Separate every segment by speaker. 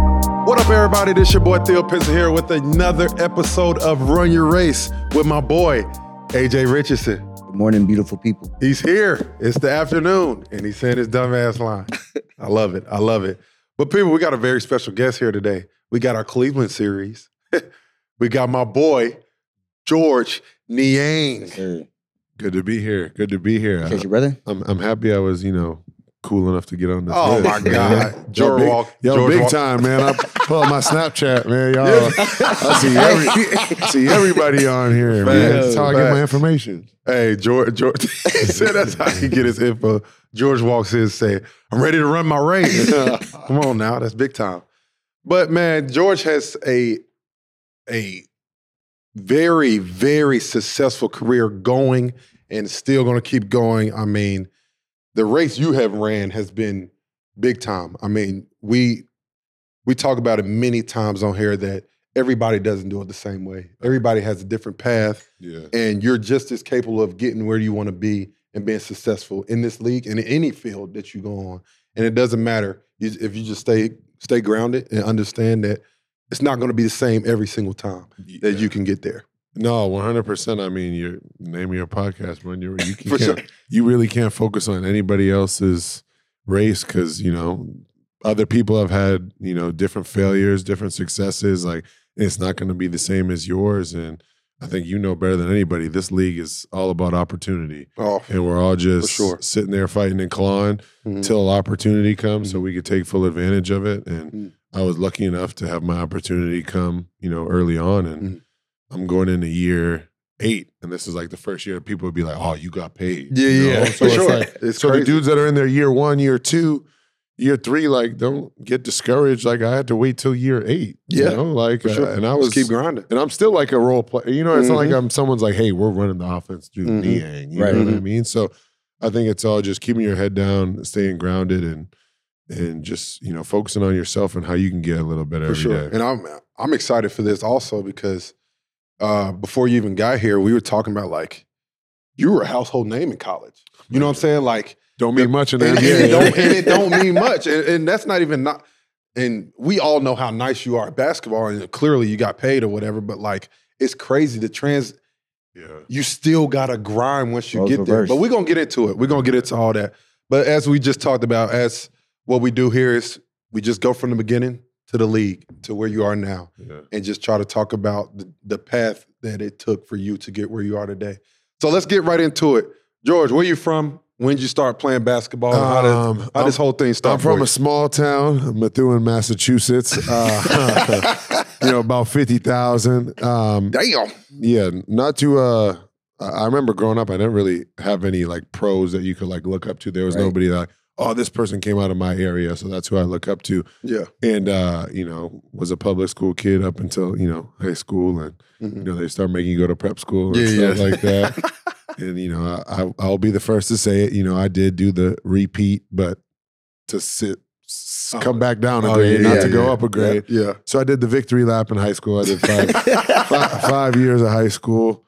Speaker 1: up, everybody? This your boy Theo Pizza here with another episode of Run Your Race with my boy AJ Richardson.
Speaker 2: Good morning, beautiful people.
Speaker 1: He's here. It's the afternoon, and he's saying his dumbass line. I love it. I love it. But people, we got a very special guest here today. We got our Cleveland series. we got my boy George Niang.
Speaker 2: Hey,
Speaker 3: Good to be here. Good to be here.
Speaker 2: catch your brother.
Speaker 3: I'm I'm happy I was, you know, cool enough to get on this.
Speaker 1: Oh my
Speaker 3: list, man.
Speaker 1: God, George
Speaker 3: big-
Speaker 1: Walk,
Speaker 3: Yo,
Speaker 1: George
Speaker 3: big
Speaker 1: Walk-
Speaker 3: time, man. I pull up my Snapchat, man. Y'all I see every, I see everybody on here, man.
Speaker 1: Facts,
Speaker 3: That's how I get
Speaker 1: facts.
Speaker 3: my information.
Speaker 1: Hey, George, George he said that's how he get his info. George walks in and say, I'm ready to run my race. Come on now, that's big time. But man, George has a a very, very successful career going and still gonna keep going. I mean, the race you have ran has been big time. I mean, we we talk about it many times on here that everybody doesn't do it the same way. Everybody has a different path
Speaker 3: Yeah.
Speaker 1: and you're just as capable of getting where you want to be and being successful in this league and in any field that you go on. And it doesn't matter you, if you just stay stay grounded and understand that it's not going to be the same every single time that you can get there.
Speaker 3: No, one hundred percent. I mean, your name of your podcast, man. You you
Speaker 1: For sure.
Speaker 3: can't you really can't focus on anybody else's race because you know other people have had you know different failures, different successes. Like it's not going to be the same as yours. And I think you know better than anybody. This league is all about opportunity,
Speaker 1: Oh,
Speaker 3: and we're all just
Speaker 1: sure.
Speaker 3: sitting there fighting and clawing
Speaker 1: mhm.
Speaker 3: till opportunity comes so we could take full advantage of it and
Speaker 1: Mm.
Speaker 3: i was lucky enough to have my opportunity come you know early on and
Speaker 1: Mm.
Speaker 3: i'm going into year eight and this is like the first year people would be like oh you got paid
Speaker 1: yeah,
Speaker 3: you
Speaker 1: yeah,
Speaker 3: know? so
Speaker 1: for
Speaker 3: it's
Speaker 1: sure.
Speaker 3: like-
Speaker 1: it's
Speaker 3: so
Speaker 1: crazy.
Speaker 3: the dudes that are in their year one year two year three like don't get discouraged like i had to wait till year eight
Speaker 1: Yeah,
Speaker 3: you know like
Speaker 1: for
Speaker 3: uh,
Speaker 1: sure.
Speaker 3: and i was
Speaker 1: Just keep grinding.
Speaker 3: and I'm still like a role player. You know, it's not like
Speaker 1: Mhm.
Speaker 3: I'm someone's like, hey, we're running the offense through
Speaker 1: Mhm.
Speaker 3: the Niang. You
Speaker 2: Right.
Speaker 3: know what I
Speaker 1: Mhm.
Speaker 3: mean? So I think it's all just keeping your head down, staying grounded, and and just you know focusing on yourself and how you can get a little
Speaker 1: for
Speaker 3: better every day.
Speaker 1: sure. And I'm I'm excited for this also because uh, before you even got here, we were talking about like you were a household name in college. You know what I'm saying? Like
Speaker 3: Don't mean much in
Speaker 1: and,
Speaker 3: that.
Speaker 1: and it don't, and it don't mean much. And, and that's not even not. And we all know how nice you are at basketball, and clearly you got paid or whatever. But like, it's crazy. The trans,
Speaker 3: yeah.
Speaker 1: you still gotta grind once you
Speaker 2: Roles
Speaker 1: get there.
Speaker 2: reversed.
Speaker 1: But we're gonna get into it. We're gonna get into all that. But as we just talked about, as what we do here is we just go from the beginning to the league to where you are now
Speaker 3: yeah.
Speaker 1: and just try to talk about the, the path that it took for you to get where you are today. So let's get right into it. George, where you from? When did you start playing basketball? and Oh, how did-
Speaker 3: Um,
Speaker 1: how
Speaker 3: I'm-
Speaker 1: this whole thing started?
Speaker 3: I'm from a small town, Methuen, Massachusetts. Uh, you know, about fifty thousand. Um,
Speaker 1: damn.
Speaker 3: yeah not to uh i I remember growing up i didn't really have any like pros that you could like look up to there was
Speaker 2: Right.
Speaker 3: nobody like oh this person came out of my area so that's who i look up to
Speaker 1: Yeah.
Speaker 3: and uh you know was a public school kid up until you know high school and you
Speaker 1: Mhm.
Speaker 3: know they start making you go to prep school and
Speaker 1: Yeah,
Speaker 3: stuff
Speaker 1: yeah.
Speaker 3: like that and you know I, I i'll be the first to say it you know i did do the repeat but to sit s-
Speaker 1: Oh.
Speaker 3: come back down a
Speaker 1: Oh,
Speaker 3: grade
Speaker 1: yeah,
Speaker 3: not
Speaker 1: yeah,
Speaker 3: to go
Speaker 1: yeah.
Speaker 3: up a grade
Speaker 1: Yeah.
Speaker 3: so i did the victory lap in high school i did five five, five years of high school.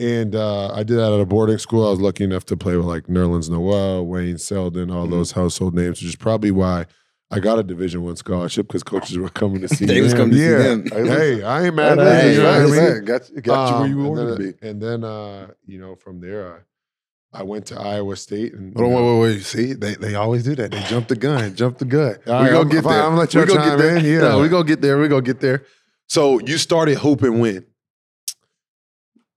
Speaker 3: And uh, I did that at a boarding school. I was lucky enough to play with like Nerlens Noel, Wayne Selden, all
Speaker 2: Mm-hmm.
Speaker 1: Mhm.
Speaker 3: those household names, which is probably why I got a Division One scholarship because coaches were coming to see
Speaker 2: They
Speaker 3: them.
Speaker 2: was coming to see
Speaker 3: yeah.
Speaker 2: them.
Speaker 3: Hey, I ain't mad at
Speaker 2: Hey,
Speaker 3: you. you know what I
Speaker 2: that's
Speaker 3: mean?
Speaker 2: it.
Speaker 1: Got, you- got you where you
Speaker 3: Um, and
Speaker 1: wanted to
Speaker 3: then-
Speaker 1: be.
Speaker 3: And then, uh, you know, from there, I, I went to Iowa State. And
Speaker 1: Hold
Speaker 3: you
Speaker 1: on,
Speaker 3: know,
Speaker 1: wait, wait, wait. See, they, they always do that. They jump the gun, jump the gun.
Speaker 3: All right,
Speaker 1: we gonna
Speaker 3: I'm-
Speaker 1: get
Speaker 3: fine,
Speaker 1: there.
Speaker 3: I'm gonna let
Speaker 1: we
Speaker 3: y'all
Speaker 1: gonna get
Speaker 3: chime
Speaker 1: there.
Speaker 3: in, yeah.
Speaker 1: no, we gonna get there. We gonna get there. So you started hooping when?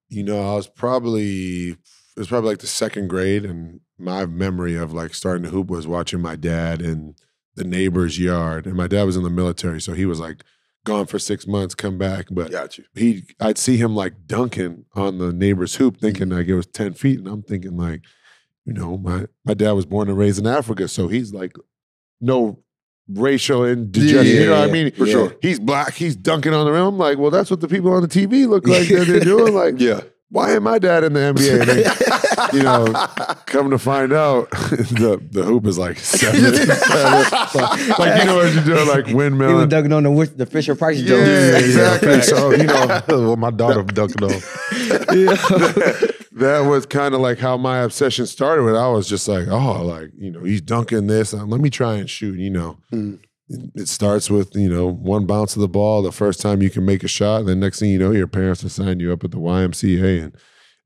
Speaker 3: you know, I was probably it was probably like the second grade, and my memory of like starting to hoop was watching my dad in the neighbor's yard, and my dad was in the military, so he was like gone for six months, come back, but
Speaker 1: Got you.
Speaker 3: he I'd see him like dunking on the neighbor's hoop, thinking like it was ten feet, and I'm thinking like, you know, my my dad was born and raised in Africa, so he's like no racial indigestion.
Speaker 1: Yeah,
Speaker 3: you know what I
Speaker 2: yeah,
Speaker 3: mean?
Speaker 2: for sure.
Speaker 3: He's black. He's dunking on the rim. I'm like, well, that's what the people on the TV look like that they're doing. Like,
Speaker 1: Yeah.
Speaker 3: why ain't my dad in the NBA? And then, you know, come to find out, the, the hoop is like seven. seven like, like, you know what you're doing, like
Speaker 2: He was
Speaker 3: windmill.
Speaker 2: dunking on the Wis- the Fisher Price
Speaker 3: Yeah,
Speaker 2: joke.
Speaker 3: exactly. So, you know,
Speaker 1: well, my daughter dunked on.
Speaker 3: that was kind of like how my obsession uh, started with. I was just like, oh, like, you know, he's dunking this. um, Let me try and shoot, you know.
Speaker 1: Mm.
Speaker 3: it starts with you know one bounce of the ball the first time you can make a shot and the next thing you know your parents will sign you up at the ymca and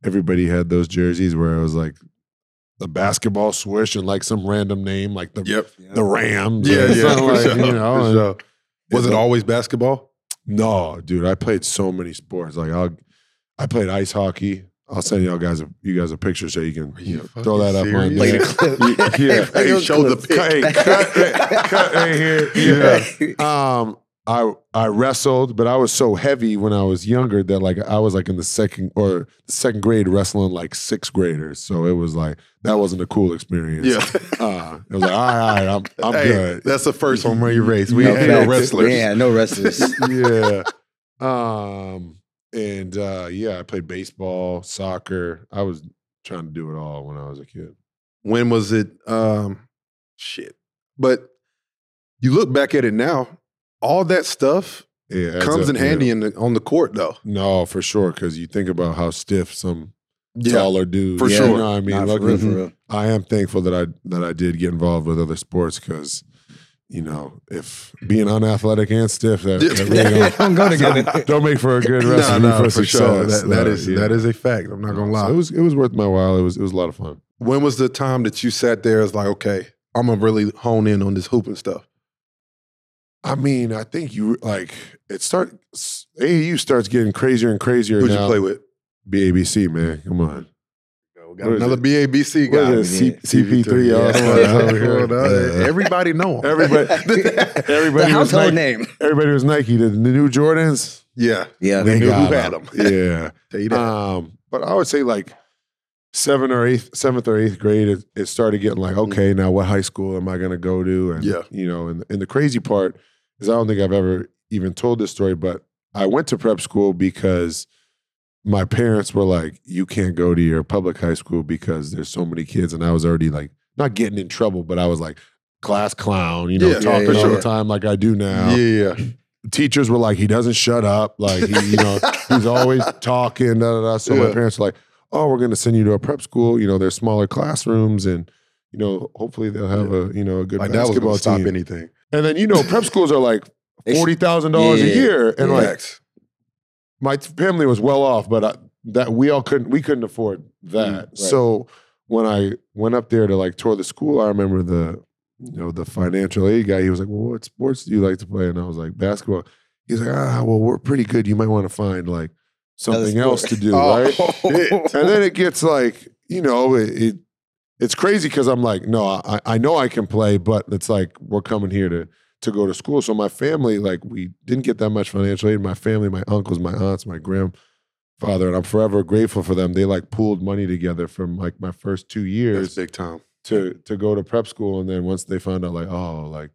Speaker 3: everybody had those jerseys where it was like the basketball swish and like some random name like the
Speaker 1: Yep.
Speaker 3: the rams or
Speaker 1: Yeah, yeah.
Speaker 3: something
Speaker 1: for
Speaker 3: like,
Speaker 1: sure,
Speaker 3: you know,
Speaker 1: for
Speaker 3: and-
Speaker 1: sure. Was it always basketball?
Speaker 3: no, dude, I played so many sports. Like I'll, I played ice hockey. I'll send y'all guys a, you guys a picture so you can
Speaker 1: Are you
Speaker 3: you know, throw that up on
Speaker 1: fucking serious?
Speaker 3: yeah. yeah.
Speaker 1: Hey, show the pic.
Speaker 3: Hey, cut, it- cut right here. Yeah. Um, I I wrestled, but I was so heavy when I was younger that like I was like in the second or second grade wrestling like sixth graders. So it was like that wasn't a cool experience.
Speaker 1: Yeah.
Speaker 3: Uh, it was like all right, all right I'm I'm
Speaker 1: Hey,
Speaker 3: good.
Speaker 1: That's the first one where you race. We
Speaker 3: No
Speaker 1: ain't no
Speaker 3: facts.
Speaker 1: wrestlers.
Speaker 2: Yeah, no wrestlers.
Speaker 3: yeah. Um, and uh, yeah, I played baseball, soccer. I was trying to do it all when I was a kid.
Speaker 1: When was it? Um, shit. But you look back at it now, all that stuff
Speaker 3: Yeah, adds
Speaker 1: comes in
Speaker 3: up, yeah.
Speaker 1: handy in the, on the court, though.
Speaker 3: No, for sure, because you think about how stiff some taller dudes.
Speaker 1: for Mhm.
Speaker 3: you
Speaker 1: sure.
Speaker 3: know what I mean,
Speaker 2: Nah, for
Speaker 3: Luckily-
Speaker 2: real, for real.
Speaker 3: I am thankful that I that I did get involved with other sports because, you know, if being unathletic and stiff that, that really don't,
Speaker 2: Don't go together.
Speaker 3: don't make for a good
Speaker 1: No,
Speaker 3: recipe
Speaker 1: no,
Speaker 3: for,
Speaker 1: for
Speaker 3: success.
Speaker 1: sure. That- that
Speaker 3: Uh,
Speaker 1: is
Speaker 3: yeah.
Speaker 1: that is a fact. I'm not gonna lie.
Speaker 3: So it was it was worth my while. It was it was a lot of fun.
Speaker 1: when was the time that you sat there as like, okay, I'm gonna really hone in on this hooping stuff?
Speaker 3: I mean, I think you like it. Start AAU starts getting crazier and crazier
Speaker 1: Who'd
Speaker 3: now.
Speaker 1: you play with?
Speaker 3: BABC, man, come on.
Speaker 1: Got
Speaker 3: What is
Speaker 1: another
Speaker 3: it?
Speaker 1: BABC
Speaker 3: What
Speaker 1: guy.
Speaker 3: is
Speaker 2: we
Speaker 3: it?
Speaker 2: did.
Speaker 3: C- CP3, y'all.
Speaker 2: Yeah.
Speaker 1: Hold on.
Speaker 3: Yeah.
Speaker 1: Everybody know him.
Speaker 3: Everybody,
Speaker 2: The
Speaker 3: everybody was
Speaker 2: household
Speaker 3: Nike.
Speaker 2: name.
Speaker 3: Everybody was Nike. The, the new Jordans.
Speaker 1: yeah,
Speaker 2: Yeah.
Speaker 1: we
Speaker 3: They
Speaker 1: knew
Speaker 3: got
Speaker 1: who had them.
Speaker 3: Yeah.
Speaker 1: Tell you that.
Speaker 3: um, but I would say like seven or eighth, seventh or eighth grade, it, it started getting like, okay, now what high school am I going to go to? And
Speaker 1: Mm-hmm. Yeah.
Speaker 3: you know, and and the crazy part is I don't think I've ever even told this story, but I went to prep school because my parents were like, you can't go to your public high school because there's so many kids, and I was already like not getting in trouble, but I was like class clown, you know,
Speaker 1: Yeah, yeah,
Speaker 3: talking
Speaker 2: yeah,
Speaker 3: all
Speaker 2: yeah.
Speaker 3: the time like I do now
Speaker 1: yeah,
Speaker 3: teachers were like, he doesn't shut up. Like, he, you know, he's always talking. Da, da, da. So
Speaker 1: Yeah.
Speaker 3: my parents were like, oh, we're going to send you to a prep school. You know, there's smaller classrooms and, you know, hopefully they'll have a, you know, a good
Speaker 1: like that was
Speaker 3: basketball
Speaker 1: gonna stop
Speaker 3: team.
Speaker 1: anything.
Speaker 3: and then, you know, prep schools are like
Speaker 2: They sh-
Speaker 3: $40,000 a
Speaker 2: Yeah.
Speaker 3: year. And like,
Speaker 1: Facts.
Speaker 3: my family was well off, but I, that we all couldn't, we couldn't afford that.
Speaker 2: Mm, right.
Speaker 3: So when I went up there to like tour the school, I remember the, you know, the financial aid guy, he was like, well, what sports do you like to play? And I was like, basketball. He's like, ah, well, we're pretty good. You might want to find like something
Speaker 2: sport.
Speaker 3: else to do,
Speaker 1: Oh,
Speaker 3: right?
Speaker 1: shit.
Speaker 3: and then it gets like you know it, it it's crazy because i'm like no I, I know i can play but it's like we're coming here to to go to school so my family like we didn't get that much financial aid my family my uncles my aunts my grandfather and i'm forever grateful for them they like pooled money together from like my first two
Speaker 1: That's
Speaker 3: years
Speaker 1: big time.
Speaker 3: to to go to prep school and then once they found out like oh like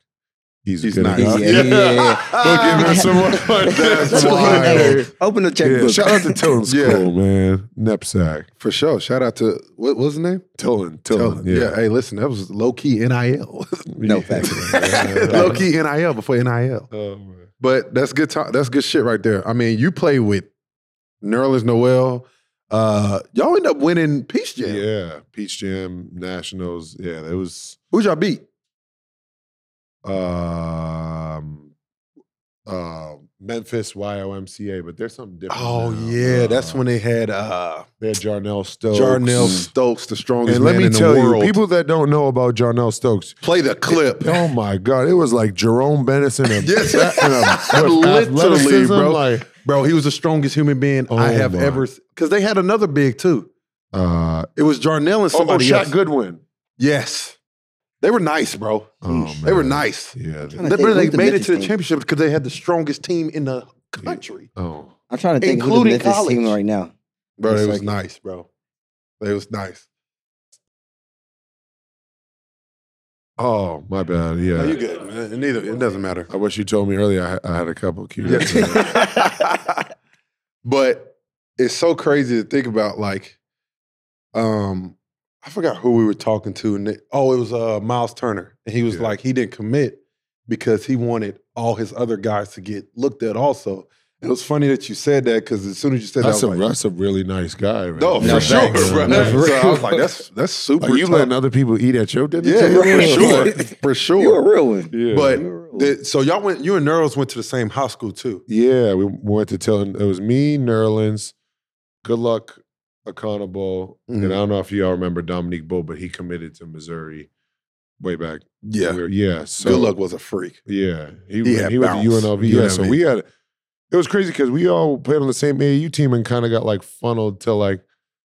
Speaker 3: he's,
Speaker 1: He's
Speaker 3: good
Speaker 1: nice.
Speaker 3: enough.
Speaker 2: Yeah, yeah, yeah,
Speaker 3: Go give him some more.
Speaker 1: That's
Speaker 3: That's
Speaker 1: why.
Speaker 3: why.
Speaker 2: Open the
Speaker 3: Yeah,
Speaker 2: checkbook.
Speaker 3: shout out to Tillin School,
Speaker 1: Yeah.
Speaker 3: man. Knepsack.
Speaker 1: For sure. Shout out to what, what was his name?
Speaker 3: Tillin, Tillin.
Speaker 1: Tell- Hey, listen, that was low key NIL.
Speaker 2: No facts.
Speaker 1: low key NIL before NIL.
Speaker 3: Oh, man.
Speaker 1: But that's good. To- that's good shit right there. I mean, you play with Nerlens Noel. Uh, y'all end up winning Peace
Speaker 3: Yeah.
Speaker 1: Jam.
Speaker 3: Peach Jam Nationals. Yeah, it was
Speaker 1: Who's y'all beat?
Speaker 3: um uh Memphis YOMCA, but there's something different.
Speaker 1: Oh,
Speaker 3: now. Uh,
Speaker 1: they had uh,
Speaker 3: they had Jarnell Stokes. Mm.
Speaker 1: Jarnell Stokes, Mm. the strongest
Speaker 3: And let
Speaker 1: man
Speaker 3: me
Speaker 1: in
Speaker 3: tell
Speaker 1: the
Speaker 3: you,
Speaker 1: world.
Speaker 3: people that don't know about Jarnell Stokes,
Speaker 1: play the clip.
Speaker 3: oh my God, it was like Jerome Benison and,
Speaker 1: Yes.
Speaker 3: and a, with
Speaker 1: Literally,
Speaker 3: athleticism,
Speaker 1: bro.
Speaker 3: Like,
Speaker 1: Bro, he was the strongest human being I
Speaker 3: Oh,
Speaker 1: have
Speaker 3: my.
Speaker 1: ever. Because they had another big too.
Speaker 3: uh,
Speaker 1: It was Jarnell and
Speaker 3: oh, oh,
Speaker 1: somebody
Speaker 3: Shaq
Speaker 1: else.
Speaker 3: Goodwin.
Speaker 1: Yes, they were nice, bro.
Speaker 3: Oh,
Speaker 1: They were
Speaker 3: man.
Speaker 1: nice.
Speaker 3: Yeah.
Speaker 2: Tryna
Speaker 1: They,
Speaker 2: think
Speaker 1: bro,
Speaker 2: who
Speaker 1: they
Speaker 2: the
Speaker 1: made it
Speaker 2: Memphis
Speaker 1: to the
Speaker 2: team-
Speaker 1: championship because they had the strongest team in the country.
Speaker 3: Oh.
Speaker 2: I'm trying to think who the
Speaker 1: including
Speaker 2: Memphis team
Speaker 1: college.
Speaker 2: right now.
Speaker 1: Bro,
Speaker 2: It's
Speaker 1: it was
Speaker 2: like-
Speaker 1: nice, bro. It was nice.
Speaker 3: Oh, my bad. Yeah.
Speaker 1: No, you good, man. It, neither, it doesn't matter.
Speaker 3: I wish you told me earlier. I, ha- I had a couple cues.
Speaker 1: Yeah. but it's so crazy to think about. Like, um, I forgot who we were talking to. And they, oh, it was uh, Miles Turner, and he was
Speaker 3: Yeah.
Speaker 1: like, he didn't commit because he wanted all his other guys to get looked at also. And it was funny that you said that because as soon as you said
Speaker 3: That's
Speaker 1: that,
Speaker 3: a
Speaker 1: I was like,
Speaker 3: that's a really nice guy. Man.
Speaker 1: no, for
Speaker 2: No,
Speaker 1: sure,
Speaker 2: thanks.
Speaker 1: bro.
Speaker 2: No, for
Speaker 1: So I was
Speaker 2: real.
Speaker 1: like, that's that's super.
Speaker 3: Are you
Speaker 1: tough.
Speaker 3: letting other people eat at your dinner?
Speaker 1: yeah,
Speaker 3: table?
Speaker 1: for
Speaker 2: real.
Speaker 1: sure, for sure.
Speaker 2: You're a real one.
Speaker 3: Yeah.
Speaker 1: But
Speaker 2: You're a real
Speaker 1: Did- so y'all went. You and Nerls went to the same high school too.
Speaker 3: Yeah, we went to Tilton. It was me, Nerlens, Good Luck Accountable,
Speaker 1: Mhm.
Speaker 3: and I don't know if y'all remember Dominique Bo, but he committed to Missouri way back.
Speaker 1: Yeah.
Speaker 3: We were- yeah. So
Speaker 1: Good luck was a freak.
Speaker 3: Yeah, he
Speaker 1: He
Speaker 3: he,
Speaker 1: had
Speaker 3: he was at
Speaker 1: bounce. You
Speaker 3: UNLV.
Speaker 1: know
Speaker 3: yeah,
Speaker 1: what I
Speaker 3: so
Speaker 1: mean?
Speaker 3: we had it was crazy because we all played on the same AAU team and kind of got like funneled to like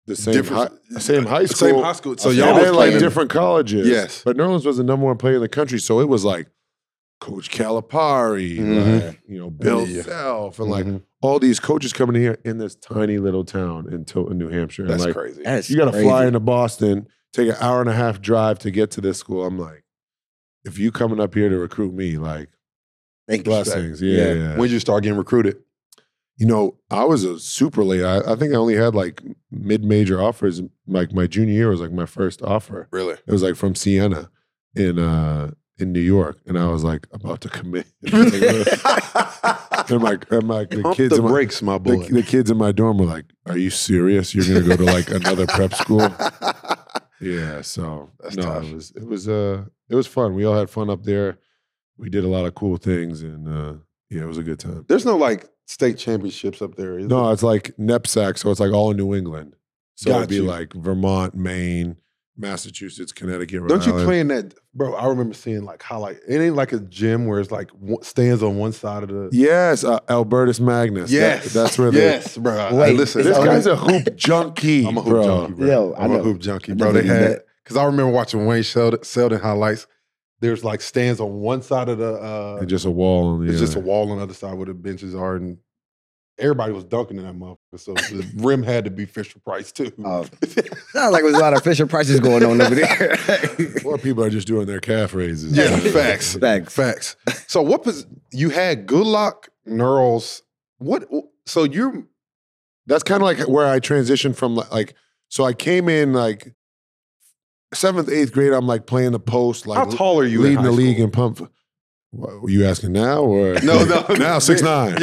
Speaker 3: the same high,
Speaker 1: Different-
Speaker 3: same high school.
Speaker 1: Same high school. So
Speaker 2: Okay.
Speaker 1: y'all
Speaker 3: and
Speaker 1: was
Speaker 3: then like
Speaker 1: playing
Speaker 3: different colleges.
Speaker 1: Yes.
Speaker 3: but Nerlens was the number one player in the country, so it was like Coach Calipari,
Speaker 1: Mhm.
Speaker 3: like, you know Bill
Speaker 1: Yeah.
Speaker 3: Self, and like
Speaker 1: Mhm.
Speaker 3: all these coaches coming here in this tiny little town in Tilton, New Hampshire.
Speaker 1: That's
Speaker 3: and like
Speaker 1: crazy.
Speaker 2: That's
Speaker 3: you got to
Speaker 2: crazy.
Speaker 3: fly into Boston, take an hour and a half drive to get to this school. I'm like, if you coming up here to recruit me, like
Speaker 2: Thank you.
Speaker 3: blessings, yeah. yeah.
Speaker 1: When did you start getting recruited?
Speaker 3: you know, I was a super late. I, I think I only had like mid-major offers. Like my junior year was like my first offer.
Speaker 1: Really?
Speaker 3: It was like from Siena in uh in New York, and I was like about to commit. and like, and like the
Speaker 1: Pump
Speaker 3: kids
Speaker 1: the
Speaker 3: in my,
Speaker 1: brakes, my
Speaker 3: the,
Speaker 1: boy.
Speaker 3: the kids in my dorm were like, "Are you serious? You're gonna go to like another prep school?" Yeah, so
Speaker 1: That's
Speaker 3: no,
Speaker 1: tough.
Speaker 3: it was it was uh it was fun. We all had fun up there. We did a lot of cool things, and uh yeah, it was a good time.
Speaker 1: There's no like state championships up there. Is
Speaker 3: No, it's like knepsack, so it's like all in New England. So
Speaker 1: Got
Speaker 3: it'd be
Speaker 1: you.
Speaker 3: like Vermont, Maine, Massachusetts, Connecticut. Rhode
Speaker 1: there? don't you
Speaker 3: Island.
Speaker 1: play in that, bro? I remember seeing like highlight. It ain't like a gym where it's like one- stands on one side of the.
Speaker 3: Yes, uh, Albertus Magnus. That-
Speaker 1: Yes,
Speaker 3: that's where. They,
Speaker 1: Yes, bro. I- I
Speaker 2: Wait,
Speaker 1: listen,
Speaker 2: is
Speaker 3: this
Speaker 2: that-
Speaker 3: guy's a hoop junkie.
Speaker 1: I'm a hoop
Speaker 3: bro.
Speaker 1: junkie, bro.
Speaker 2: Yo, I
Speaker 1: I'm a
Speaker 2: know.
Speaker 1: hoop junkie,
Speaker 2: I
Speaker 1: bro.
Speaker 2: never
Speaker 1: They
Speaker 2: knew
Speaker 1: had
Speaker 2: that.
Speaker 1: because I remember watching Wayne Sheldon, Selden highlights. There's like stands on one side of the. Uh,
Speaker 3: And just a wall on the.
Speaker 1: It's just a
Speaker 3: other.
Speaker 1: wall on the other side where the benches are, and everybody was dunking in that motherfucker. So the rim had to be Fisher Price too.
Speaker 2: Oh. Sounds like there's a lot of Fisher Prices going on over there.
Speaker 3: Or people are just doing their calf raises.
Speaker 1: yeah, facts,
Speaker 2: Facts.
Speaker 1: facts. So what was you had? Good luck, Neurals. What? So you're
Speaker 3: that's kind of like where I transitioned from li- like so I came in like seventh eighth grade I'm like playing the post like
Speaker 1: how tall are you? in
Speaker 3: leading
Speaker 1: high
Speaker 3: the league
Speaker 1: school?
Speaker 3: in pump. What, were you asking now or
Speaker 1: No, no,
Speaker 3: now six nine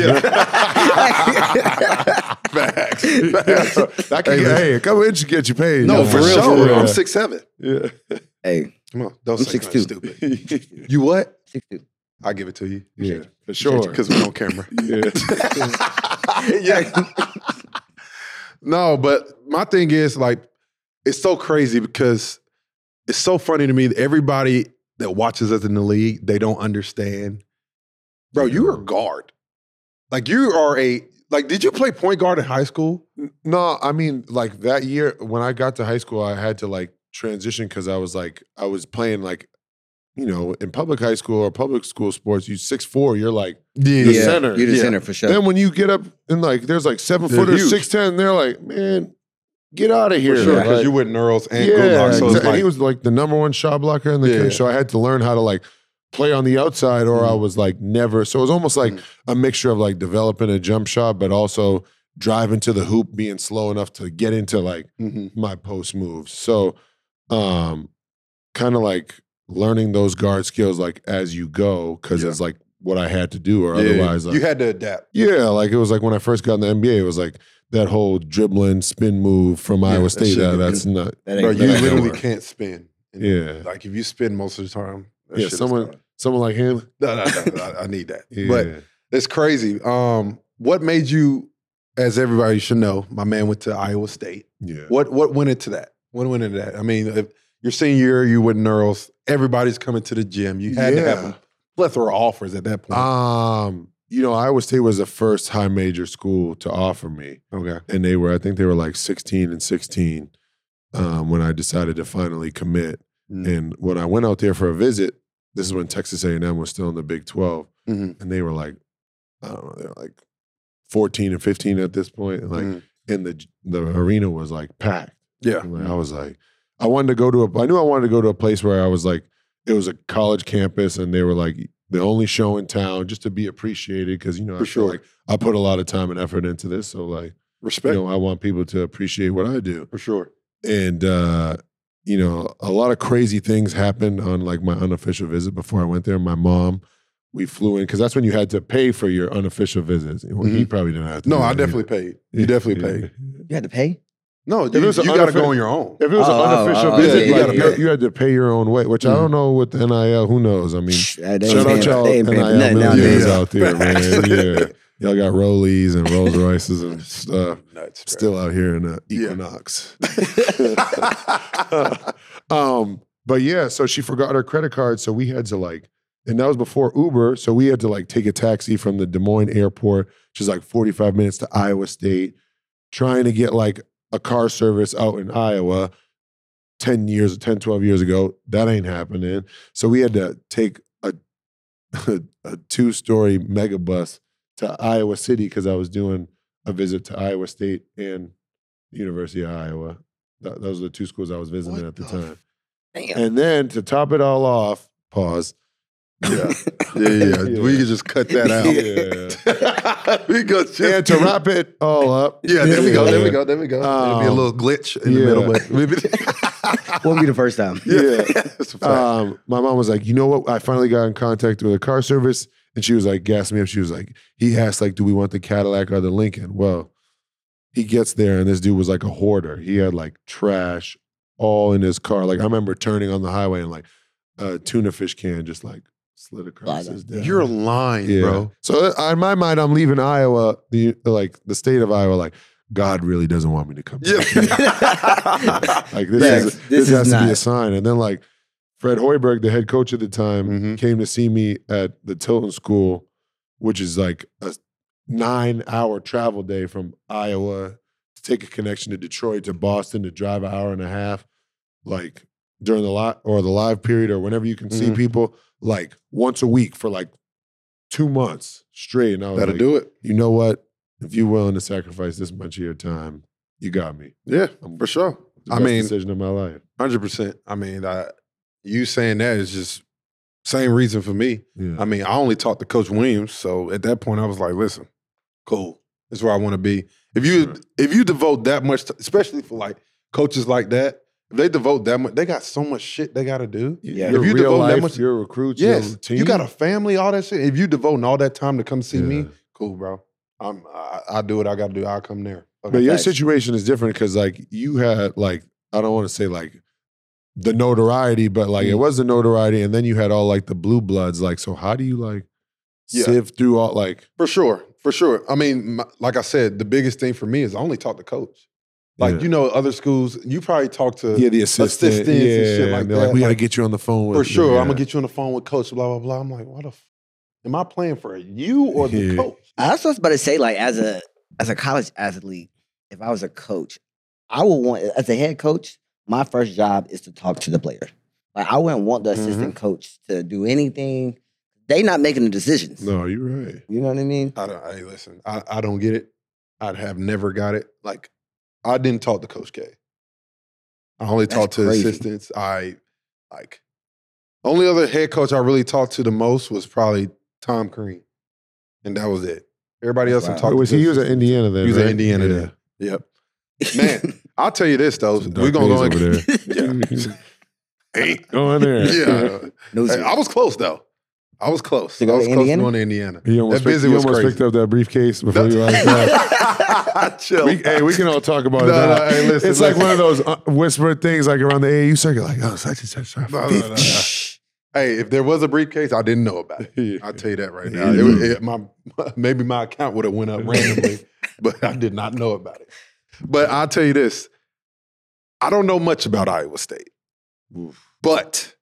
Speaker 1: Yeah. facts. facts.
Speaker 3: that can
Speaker 1: Hey,
Speaker 3: hey,
Speaker 1: listen.
Speaker 3: hey a couple inches get you paid
Speaker 1: No,
Speaker 3: Yeah.
Speaker 1: for
Speaker 2: real,
Speaker 1: sure.
Speaker 2: for real.
Speaker 1: I'm six seven.
Speaker 3: yeah.
Speaker 2: Hey,
Speaker 1: Come on, don't
Speaker 2: I'm
Speaker 1: say nothing
Speaker 2: 6'2".
Speaker 1: stupid. You what?
Speaker 2: six two.
Speaker 1: I give it to you.
Speaker 3: yeah for sure
Speaker 1: because we're on camera.
Speaker 3: yeah.
Speaker 1: yeah. no, but my thing is like, it's so crazy because it's so funny to me that everybody that watches us in the league, they don't understand. Bro, you are a guard. Like you are a like, did you play point guard in high school?
Speaker 3: No, I mean, like that year when I got to high school, I had to like transition because I was like, I was playing like, you know, in public high school or public school sports, you six four, you're like. The
Speaker 2: yeah,
Speaker 3: center.
Speaker 2: You're the
Speaker 1: Yeah.
Speaker 2: center for sure.
Speaker 3: Then when you get up and like, there's like seven
Speaker 1: They're
Speaker 3: footers,
Speaker 1: huge.
Speaker 3: six ten, they're like, man, get out of here.
Speaker 1: For sure,
Speaker 3: Like,
Speaker 1: because you with Neurals and
Speaker 3: yeah,
Speaker 1: Good Luck. So it's
Speaker 3: exactly.
Speaker 1: like,
Speaker 3: he was like the number one shot blocker in the
Speaker 1: Yeah.
Speaker 3: country. So I had to learn how to like play on the outside, or I
Speaker 1: Mhm.
Speaker 3: was like never. So it was almost like
Speaker 1: Mhm.
Speaker 3: a mixture of like developing a jump shot, but also driving to the hoop, being slow enough to get into like
Speaker 1: Mhm.
Speaker 3: my post moves. So, um, kind of like learning those guard skills like as you go, because
Speaker 1: Yeah.
Speaker 3: it's like what I had to do, or
Speaker 1: Yeah,
Speaker 3: otherwise, like,
Speaker 1: you had to adapt.
Speaker 3: yeah, like it was like when I first got in the NBA, it was like that whole dribbling spin move from
Speaker 1: Yeah,
Speaker 3: Iowa
Speaker 1: that
Speaker 3: State.
Speaker 1: shit
Speaker 3: That,
Speaker 1: didn't-
Speaker 3: that's not.
Speaker 2: that
Speaker 1: Bro,
Speaker 2: ain't
Speaker 1: you
Speaker 3: that ain't
Speaker 1: literally
Speaker 3: work.
Speaker 1: can't spin. And,
Speaker 3: Yeah.
Speaker 1: Like if you spin most of the time, that
Speaker 3: Yeah,
Speaker 1: shit is
Speaker 3: someone-
Speaker 1: done.
Speaker 3: Someone like him.
Speaker 1: No, no, no, no, I, I need that.
Speaker 3: Yeah.
Speaker 1: But it's crazy. Um, what made you, as everybody should know, my man went to Iowa State.
Speaker 3: yeah.
Speaker 1: What what went into that? What went into that? I mean, if your senior year, you with Neurals. Everybody's coming to the gym. You had to have
Speaker 3: Yeah.
Speaker 1: a plethora of offers at that point.
Speaker 3: Um, you know, Iowa State was the first high major school to offer me.
Speaker 1: okay.
Speaker 3: and they were I think they were like 16 and 16 um, when I decided to finally commit.
Speaker 1: Mm.
Speaker 3: And when I went out there for a visit, this is when Texas A&M was still in the Big 12,
Speaker 1: Mhm.
Speaker 3: and they were like, I don't know, they were like 14 and 15 at this point, and like,
Speaker 1: Mm.
Speaker 3: and the the arena was like packed.
Speaker 1: yeah.
Speaker 3: And, mm-hmm. like, I was like, I wanted to go to a, I knew I wanted to go to a place where I was like, it was a college campus, and they were like the only show in town, just to be appreciated, because you know, I
Speaker 1: For
Speaker 3: feel
Speaker 1: sure.
Speaker 3: like I put a lot of time and effort into this, so like
Speaker 1: Respect.
Speaker 3: you know, I want people to appreciate what I do.
Speaker 1: for sure.
Speaker 3: And uh, you know, a lot of crazy things happened on like my unofficial visit before I went there. My mom, we flew in because that's when you had to pay for Mm-hmm. your unofficial visits. Well, He probably didn't have to.
Speaker 1: No,
Speaker 3: do
Speaker 1: I
Speaker 3: that either.
Speaker 1: definitely paid. You definitely paid.
Speaker 2: You had to pay.
Speaker 1: No,
Speaker 3: it
Speaker 1: you,
Speaker 3: was an
Speaker 1: you got to
Speaker 3: unofficial-
Speaker 1: go on your own.
Speaker 3: If it was
Speaker 2: Oh,
Speaker 3: an
Speaker 2: oh,
Speaker 3: unofficial
Speaker 2: oh,
Speaker 3: visit,
Speaker 1: yeah,
Speaker 3: you,
Speaker 1: yeah,
Speaker 3: gotta Mm-hmm.
Speaker 1: yeah.
Speaker 3: pay, you had to pay your own way, which I don't know with the NIL. Who knows? I mean,
Speaker 2: Yeah, they ain't
Speaker 3: shout out
Speaker 2: paying-
Speaker 3: y'all
Speaker 2: they ain't
Speaker 3: NIL
Speaker 2: paying for nothing nowadays.
Speaker 3: millionaires
Speaker 1: Yeah.
Speaker 3: out there, man. Yeah. Y'all got Rollies and Rolls Royces and stuff.
Speaker 1: Nuts, bro.
Speaker 3: Still out here in the
Speaker 1: Yeah.
Speaker 3: equinox. um, but yeah, so she forgot her credit card, so we had to like, and that was before Uber, so we had to like take a taxi from the Des Moines airport, which is like 45 minutes to Iowa State, trying to get like a car service out in Iowa 10 years, 10, 12 years ago. That ain't happening. So we had to take a a, two story mega bus to Iowa City because I was doing a visit to Iowa State and the University of Iowa. Th- those were the two schools I was visiting
Speaker 1: What
Speaker 3: at the,
Speaker 1: the
Speaker 3: time.
Speaker 2: Damn.
Speaker 3: And then to top it all off, pause.
Speaker 1: yeah. Yeah, yeah,
Speaker 3: Yeah.
Speaker 1: We can just cut that out.
Speaker 3: Yeah.
Speaker 1: we go. Just,
Speaker 3: and to wrap it all up.
Speaker 1: Yeah, there we go. There we
Speaker 3: Yeah.
Speaker 1: go. There we go. There'll be a
Speaker 3: Um,
Speaker 1: little glitch in
Speaker 3: yeah.
Speaker 1: the middle, but maybe.
Speaker 2: Won't be the first time.
Speaker 1: yeah, Uh,
Speaker 3: Yeah.
Speaker 1: That's a fact.
Speaker 3: Um, my mom was like, you know what? I finally got in contact with a car service, and she was like, gassed me up. She was like, he asked, like, do we want the Cadillac or the Lincoln? Well, he gets there, and this dude was like a hoarder. He had like trash all in his car. Like I remember turning on the highway and like a tuna fish can just like slid across
Speaker 2: Slide
Speaker 3: his
Speaker 2: up.
Speaker 3: desk.
Speaker 1: You're lying,
Speaker 3: Yeah.
Speaker 1: bro.
Speaker 3: So uh, in my mind, I'm leaving Iowa, the like the state of Iowa, like God really doesn't want me to come.
Speaker 1: Yeah.
Speaker 3: back. Like this
Speaker 2: Facts.
Speaker 3: is
Speaker 2: This is
Speaker 3: this, has to be a
Speaker 2: not-
Speaker 3: sign. And then like Fred Hoiberg, the head coach at the time,
Speaker 1: Mhm.
Speaker 3: came to see me at the Tilton School, which is like a nine hour travel day from Iowa to take a connection to Detroit to Boston to drive an hour and a half, like during the lot or the live period or whenever you can see
Speaker 1: Mhm.
Speaker 3: people, like once a week for like two months straight. And I was
Speaker 1: That'll
Speaker 3: like,
Speaker 1: do it.
Speaker 3: you know what? If you're willing to sacrifice this much of your time, you got me.
Speaker 1: Yeah,
Speaker 3: I'm-
Speaker 1: for sure.
Speaker 3: The
Speaker 1: I
Speaker 3: best
Speaker 1: mean,
Speaker 3: decision of my life.
Speaker 1: hundred percent. I mean, I, you saying that is just same reason for me.
Speaker 3: Yeah.
Speaker 1: I mean, I only talked to Coach Williams, so at that point, I was like, "Listen, cool, this is where I want to be." If you
Speaker 3: Sure.
Speaker 1: if you devote that much, t- especially for like coaches like that, if they devote that much, they got so much shit they got to do.
Speaker 3: Yeah,
Speaker 1: If you devote that much-
Speaker 3: your recruits,
Speaker 1: Yes,
Speaker 3: your team,
Speaker 1: you got a family, all that shit. If you devoting all that time to come see
Speaker 3: Yeah.
Speaker 1: me, cool, bro. I'm I, I do what I got to do. I'll come there. Okay.
Speaker 3: But your
Speaker 2: Facts.
Speaker 3: situation is different because, like, you had like I don't want to say like the notoriety, but like it
Speaker 1: Mm.
Speaker 3: was the notoriety, and then you had all like the blue bloods. Like, so how do you like
Speaker 1: Yeah.
Speaker 3: sift through all like?
Speaker 1: For sure, for sure. I mean, my, like I said, the biggest thing for me is I only talk to coach. Like
Speaker 3: Yeah.
Speaker 1: you know, other schools, you probably talk to
Speaker 3: yeah, the assistant,
Speaker 1: assistants and shit
Speaker 3: yeah,
Speaker 1: like
Speaker 3: they're
Speaker 1: that,
Speaker 3: we gotta
Speaker 1: like,
Speaker 3: get you on the phone with
Speaker 1: for sure. I'm
Speaker 3: yeah.
Speaker 1: gonna get you on the phone with coach. Blah blah blah. I'm like, what the f- am I playing for? You or the
Speaker 3: Yeah.
Speaker 1: coach?
Speaker 2: I was just about to say, like, as a as a college athlete, if I was a coach, I would want as a head coach, my first job is to talk to the player. Like I wouldn't want the assistant coach to do anything. They not making the decisions.
Speaker 3: No, you're right.
Speaker 2: You know what I mean?
Speaker 1: I don't. Hey, listen, I, I don't get it. I'd have never got it. Like, I didn't talk to Coach K. I only
Speaker 2: That's
Speaker 1: talked to
Speaker 2: crazy.
Speaker 1: assistants. I like only other head coach I really talked to the most was probably Tom Crean, and that was it. Everybody else
Speaker 2: Wow.
Speaker 1: I talked
Speaker 3: was
Speaker 1: to
Speaker 3: he, he
Speaker 1: assistants.
Speaker 3: was at Indiana then?
Speaker 1: He was at
Speaker 3: right?
Speaker 1: Indiana
Speaker 3: Yeah.
Speaker 1: then. Yep. Man, I'll tell you this though.
Speaker 3: Some
Speaker 1: We're gonna
Speaker 3: dark
Speaker 1: go in.
Speaker 3: days over
Speaker 1: Yeah.
Speaker 3: there. Go in there.
Speaker 1: yeah.
Speaker 2: no,
Speaker 1: Hey, I was close though. I was close.
Speaker 2: To go
Speaker 1: I was
Speaker 2: to
Speaker 1: close
Speaker 2: Indiana?
Speaker 1: to going to Indiana.
Speaker 3: He almost,
Speaker 1: That
Speaker 3: picked,
Speaker 1: busy
Speaker 3: he
Speaker 1: was
Speaker 3: almost
Speaker 1: crazy.
Speaker 3: picked up that briefcase before you asked that.
Speaker 1: Chill.
Speaker 3: we, hey, we can all talk about
Speaker 1: No,
Speaker 3: it. now.
Speaker 1: no, hey, listen,
Speaker 3: it's like
Speaker 1: listen.
Speaker 3: one of those uh, whispered things, like around the AAU circuit, like, oh, such and such. are
Speaker 1: No, no, no, no.
Speaker 3: 50.
Speaker 1: Hey, if there was a briefcase, I didn't know about it. I'll tell you that right now. It was- it- my, maybe my account would have went up randomly, but I did not know about it. But I'll tell you this. I don't know much about Iowa State, but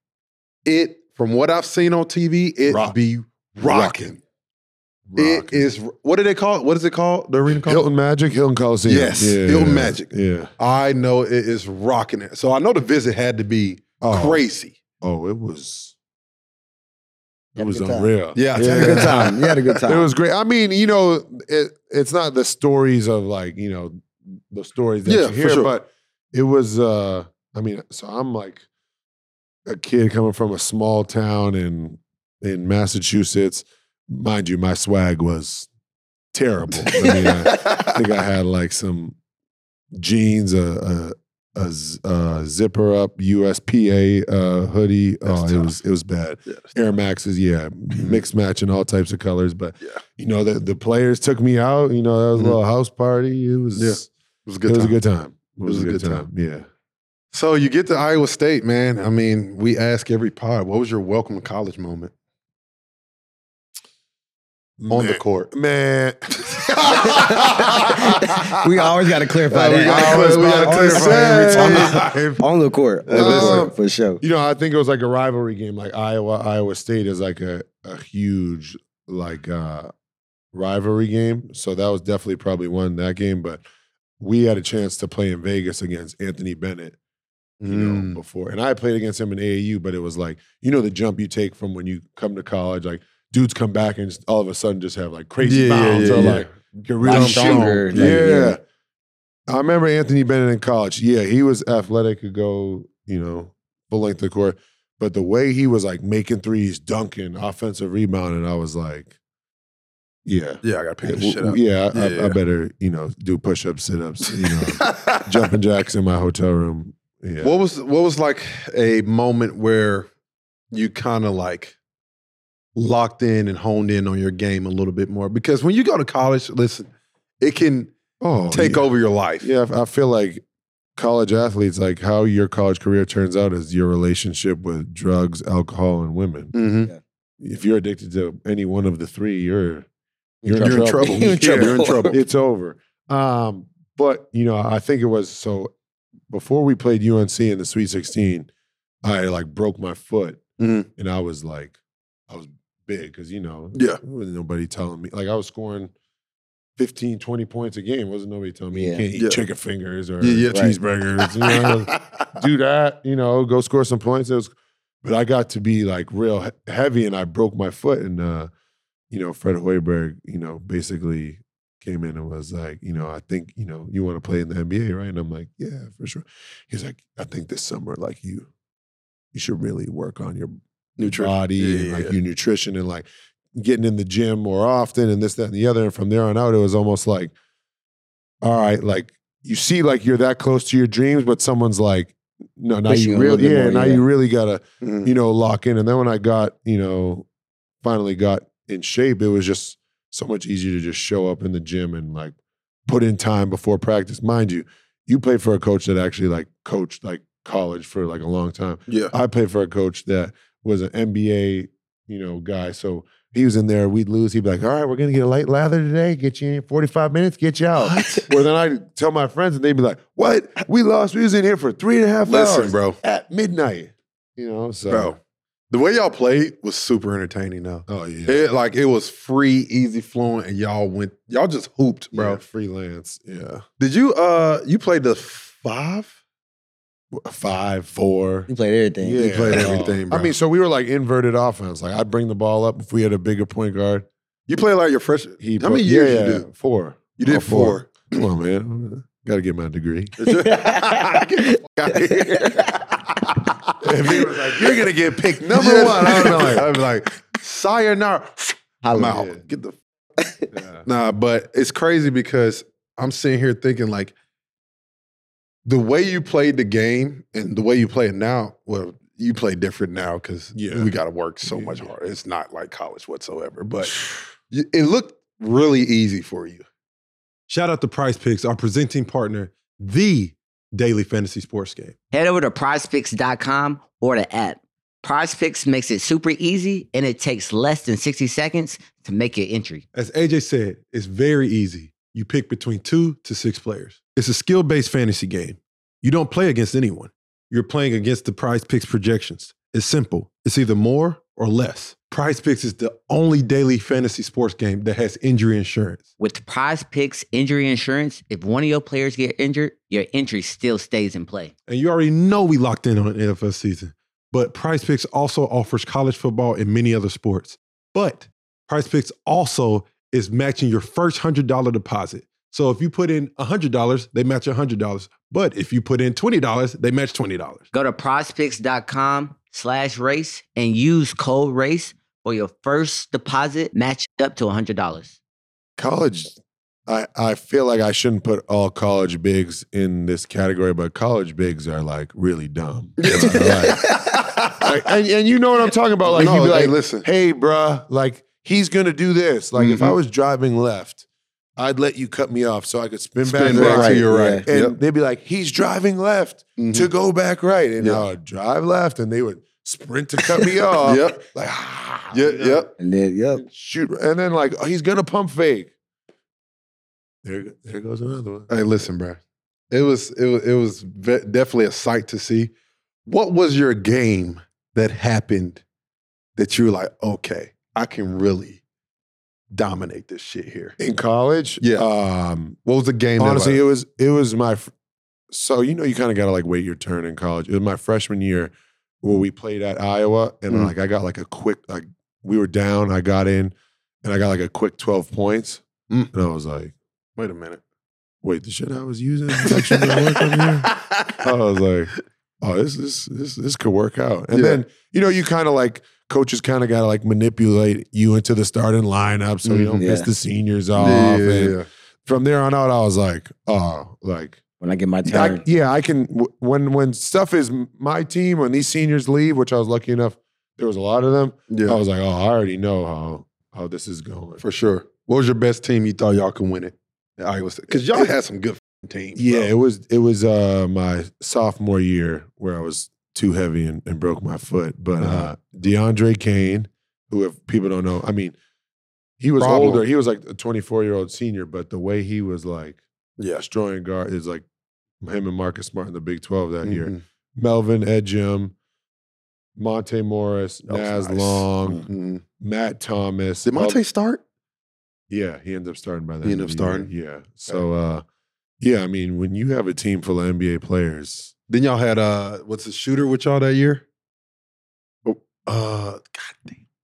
Speaker 1: it, from what I've seen on TV, it
Speaker 3: Rock.
Speaker 1: be rocking. It
Speaker 3: Rocking.
Speaker 1: is, what do they call it? What is it called? The arena called?
Speaker 3: Hilton Magic, Hilton Coliseum.
Speaker 1: Yes, Hilton Magic.
Speaker 3: Yeah.
Speaker 1: I know it is rocking it. So I know the visit had to be
Speaker 3: Oh,
Speaker 1: crazy.
Speaker 3: Oh, it was. It
Speaker 2: Had a
Speaker 3: was
Speaker 2: good time.
Speaker 3: unreal.
Speaker 1: Yeah,
Speaker 2: You had a good time. You had a good time.
Speaker 3: It was great. I mean, you know, it, it's not the stories of like, you know, the stories that
Speaker 1: Yeah,
Speaker 3: you
Speaker 1: for
Speaker 3: hear,
Speaker 1: sure.
Speaker 3: but it was uh I mean, so I'm like a kid coming from a small town in in Massachusetts. Mind you, my swag was terrible. I mean, I, I think I had like some jeans, a a, a z- a zipper up USPA uh, hoodie.
Speaker 1: That's
Speaker 3: oh, it
Speaker 1: tough.
Speaker 3: was it was bad.
Speaker 1: Yeah,
Speaker 3: Air Maxes, yeah, mixed match and all types of colors. But
Speaker 1: Yeah.
Speaker 3: you know, the the players took me out. You know, that was
Speaker 1: Mhm.
Speaker 3: a little house party. It was
Speaker 1: Yeah. It was a good
Speaker 3: it was
Speaker 1: time.
Speaker 3: a good time. It was, a good time. Yeah.
Speaker 1: So you get to Iowa State, man. I mean, we ask every pod, what was your welcome to college moment on the
Speaker 3: Man.
Speaker 1: court?
Speaker 3: Man.
Speaker 2: we always got to clarify
Speaker 1: Uh, we
Speaker 2: that.
Speaker 1: gotta- we gotta clarify every time.
Speaker 2: on the court,
Speaker 1: Hey, listen.
Speaker 2: Um, for sure.
Speaker 3: You know, I think it was like a rivalry game, like Iowa, Iowa State is like a, a huge like uh rivalry game. So that was definitely probably won that game. But we had a chance to play in Vegas against Anthony Bennett, you know,
Speaker 1: Mm.
Speaker 3: before. And I played against him in AAU, but it was like, you know, the jump you take from when you come to college, like dudes come back and just, all of a sudden just have like crazy
Speaker 1: Yeah, yeah,
Speaker 3: bounds
Speaker 1: yeah,
Speaker 3: or
Speaker 1: yeah.
Speaker 3: like get real
Speaker 2: Like
Speaker 3: strong.
Speaker 2: shooter,
Speaker 3: yeah.
Speaker 2: like, yeah.
Speaker 3: I remember Anthony Bennett in college. Yeah, he was athletic, could go, you know, full length of the court. But the way he was like making threes, dunking, offensive rebounding, I was like, yeah.
Speaker 1: Yeah, I got to pick this shit
Speaker 3: Yeah,
Speaker 1: up.
Speaker 3: I,
Speaker 1: Yeah,
Speaker 3: I,
Speaker 1: yeah.
Speaker 3: better, you know, do push ups, sit ups, you know, jumping jacks in my hotel room. Yeah.
Speaker 1: What was what was like a moment where you kind of like locked in and honed in on your game a little bit more? Because when you go to college, listen, it can
Speaker 3: oh,
Speaker 1: take
Speaker 3: yeah.
Speaker 1: over your life.
Speaker 3: Yeah, I I feel like college athletes, like how your college career turns out is your relationship with drugs, alcohol, and women.
Speaker 1: Mhm.
Speaker 3: If you're addicted to any one of the three, you're
Speaker 1: You're,
Speaker 3: You're in
Speaker 1: in
Speaker 3: trouble.
Speaker 1: trouble.
Speaker 2: You're in trouble.
Speaker 1: You're in trouble.
Speaker 3: it's over. Um, but you know, I think it was so before we played UNC in the Sweet 16, I like broke my foot
Speaker 1: Mhm.
Speaker 3: and I was like, I was big because you know,
Speaker 1: Yeah.
Speaker 3: there wasn't nobody telling me like I was scoring 15, 20 points a game. Wasn't nobody telling me
Speaker 2: Yeah.
Speaker 3: you can't eat
Speaker 1: Yeah.
Speaker 3: chicken fingers or
Speaker 1: Yeah, yeah. Right.
Speaker 3: cheeseburgers. You know, I was- do that, you know, go score some points. It was, but I got to be like real he- heavy and I broke my foot. And, uh, you know, Fred Hoiberg, you know, basically came in and was like, you know, I think, you know, you want to play in the NBA, right? And I'm like, yeah, for sure. He's like, I think this summer, like you, you should really work on your
Speaker 1: Nutrition.
Speaker 3: body
Speaker 1: Yeah,
Speaker 3: and
Speaker 1: yeah,
Speaker 3: like
Speaker 1: yeah.
Speaker 3: your nutrition and like getting in the gym more often and this, that, and the other. And from there on out, it was almost like, all right, like you see, like you're that close to your dreams, but someone's like, no, now
Speaker 2: Push you a
Speaker 3: you
Speaker 2: little
Speaker 3: really,
Speaker 2: bit
Speaker 3: yeah,
Speaker 2: more,
Speaker 3: now
Speaker 2: yeah. Mm.
Speaker 3: you really gotta,
Speaker 1: Mhm.
Speaker 3: you know, lock in. And then when I got, you know, finally got in shape, it was just so much easier to just show up in the gym and like put in time before practice. Mind you, you played for a coach that actually like coached like college for like a long time.
Speaker 1: Yeah.
Speaker 3: I played for a coach that was an NBA, you know, guy. So he was in there. We'd lose. He'd be like, "All right, we're gonna get a light lather today. Get you in forty five minutes. Get you out." Well, then I would tell my friends, and they'd be like, "What? We lost. We was in here for three and a half
Speaker 1: Listen,
Speaker 3: hours
Speaker 1: bro.
Speaker 3: at midnight." You know, so
Speaker 1: Bro, the way y'all played was super entertaining though.
Speaker 3: oh yeah,
Speaker 1: It, like it was free, easy flowing, and y'all went y'all just hooped,
Speaker 3: bro,
Speaker 1: bro.
Speaker 3: freelance. Yeah,
Speaker 1: Did you uh you played the five?
Speaker 3: five, four.
Speaker 2: You played everything.
Speaker 1: You played
Speaker 3: bro.
Speaker 1: everything, bro.
Speaker 3: I mean, so we were like inverted offense. Like I'd bring the ball up if we had a bigger point guard.
Speaker 1: You played like your freshman.
Speaker 3: He
Speaker 1: How
Speaker 3: put-
Speaker 1: many years
Speaker 3: yeah,
Speaker 1: you
Speaker 3: yeah,
Speaker 1: did?
Speaker 3: Four.
Speaker 1: You did
Speaker 3: Oh,
Speaker 1: four.
Speaker 3: four. Come on, man. Got to get my degree.
Speaker 1: Get the fuck outta here. if he was like, you're gonna get picked number
Speaker 3: Yes.
Speaker 1: one, I don't know. I'd be like, sayonara, I'm
Speaker 2: Holla.
Speaker 1: out.
Speaker 3: Yeah.
Speaker 1: Get the
Speaker 3: Yeah.
Speaker 1: Nah, but it's crazy because I'm sitting here thinking like the way you played the game and the way you play it now, well, you play different now because
Speaker 3: Yeah.
Speaker 1: we got to work so
Speaker 3: Yeah,
Speaker 1: much
Speaker 3: yeah.
Speaker 1: harder. It's not like college whatsoever, but you, it looked really easy for you. Shout out to Price Picks, our presenting partner, the daily fantasy sports game.
Speaker 4: Head over to prizepicks.com or the app. Prizepicks makes it super easy and it takes less than 60 seconds to make your entry.
Speaker 5: As AJ said, it's very easy. You pick between two to six players. It's a skill based fantasy game. You don't play against anyone, you're playing against the prize picks projections. It's simple, it's either more or less. Prize picks is the only daily fantasy sports game that has injury insurance.
Speaker 4: With Prize Picks injury insurance, if one of your players get injured, your entry still stays in play.
Speaker 5: And you already know we locked in on an NFL season, but Price Picks also offers college football and many other sports. But Price Picks also is matching your first $100 deposit. So if you put in $100, they match $100. But if you put in $20, they match $20.
Speaker 4: Go to prizepicks.com slash race and use code race for your first deposit matched up to $100.
Speaker 3: college I, I feel like I shouldn't put all college bigs in this category, but college bigs are like really dumb. Like, like, and, and you know what I'm talking about. Like
Speaker 1: no,
Speaker 3: you'd be
Speaker 1: hey,
Speaker 3: like,
Speaker 1: listen. Mm-hmm.
Speaker 3: hey, bruh, like he's gonna do this. Like if I was driving left, I'd let you cut me off so I could spin,
Speaker 1: Spin
Speaker 3: back,
Speaker 1: back
Speaker 3: right.
Speaker 1: to your right.
Speaker 3: And
Speaker 1: Yep.
Speaker 3: they'd be like, he's driving left
Speaker 1: Mhm.
Speaker 3: to go back right. And
Speaker 1: Yep.
Speaker 3: I would drive left and they would sprint to cut me off.
Speaker 1: Yep.
Speaker 3: Like, ah,
Speaker 1: Yep,
Speaker 3: you know,
Speaker 1: yep.
Speaker 2: And then, yep.
Speaker 3: Shoot. And then, like, oh, he's going to pump fake. There, go- there goes another one.
Speaker 1: Hey, listen, bro. It was it was it was ve- definitely a sight to see. What was your game that happened that you were like, okay, I can really dominate this shit here?
Speaker 3: In college,
Speaker 1: Yeah.
Speaker 3: um,
Speaker 1: What was the game?
Speaker 3: Honestly,
Speaker 1: that
Speaker 3: it was it was my. fr- So you know, you kind of got to like wait your turn in college. It was my freshman year where we played at Iowa, and
Speaker 1: Mm.
Speaker 3: like I got like a quick like we were down. I got in, and I got like a quick twelve points,
Speaker 1: Mm.
Speaker 3: and I was like,
Speaker 1: wait a minute.
Speaker 3: "Wait, the shit I was using is actually gonna work on here." I was like, "Oh, this this this this could work out." And
Speaker 1: Yeah.
Speaker 3: then you know, you kind of like coaches kind of got to like manipulate you into the starting lineup so you don't
Speaker 2: Mhm.
Speaker 3: piss
Speaker 2: Yeah.
Speaker 3: the seniors off.
Speaker 1: Mm-hmm. yeah, yeah,
Speaker 3: and
Speaker 1: yeah.
Speaker 3: From there on out, I was like, "Oh, like."
Speaker 2: When I get my
Speaker 3: I-
Speaker 2: turn.
Speaker 3: yeah, I can. w- When when stuff is m- my team, when these seniors leave, which I was lucky enough, there was a lot of them.
Speaker 1: Yeah,
Speaker 3: I was like, oh, I already know how how this is going.
Speaker 1: for sure. What was your best team you thought y'all could win it? at Iowa State. Because y'all had some good f***ing teams.
Speaker 3: yeah,
Speaker 1: bro.
Speaker 3: it was it was uh my sophomore year where I was too heavy and, and broke my foot. But
Speaker 1: Uh-huh.
Speaker 3: uh DeAndre Kane, who if people don't know, I mean, he was
Speaker 1: Problem.
Speaker 3: older. He was like a 24 year old senior, but the way he was like
Speaker 1: yeah.
Speaker 3: destroying guard is like him and Marcus Smart in the Big 12 that year.
Speaker 1: Mhm.
Speaker 3: Melvin Edgem, Monte Morris,
Speaker 1: That was
Speaker 3: Naz
Speaker 1: nice.
Speaker 3: Long,
Speaker 1: Mhm.
Speaker 3: Matt Thomas.
Speaker 1: Did Monte
Speaker 3: All-
Speaker 1: start?
Speaker 3: yeah, he ends up starting by that.
Speaker 1: He ended up starting?
Speaker 3: Yeah. So, uh, yeah, I mean, when you have a team full of NBA players,
Speaker 1: Then y'all had uh, what's the shooter with y'all that year? Oh, uh,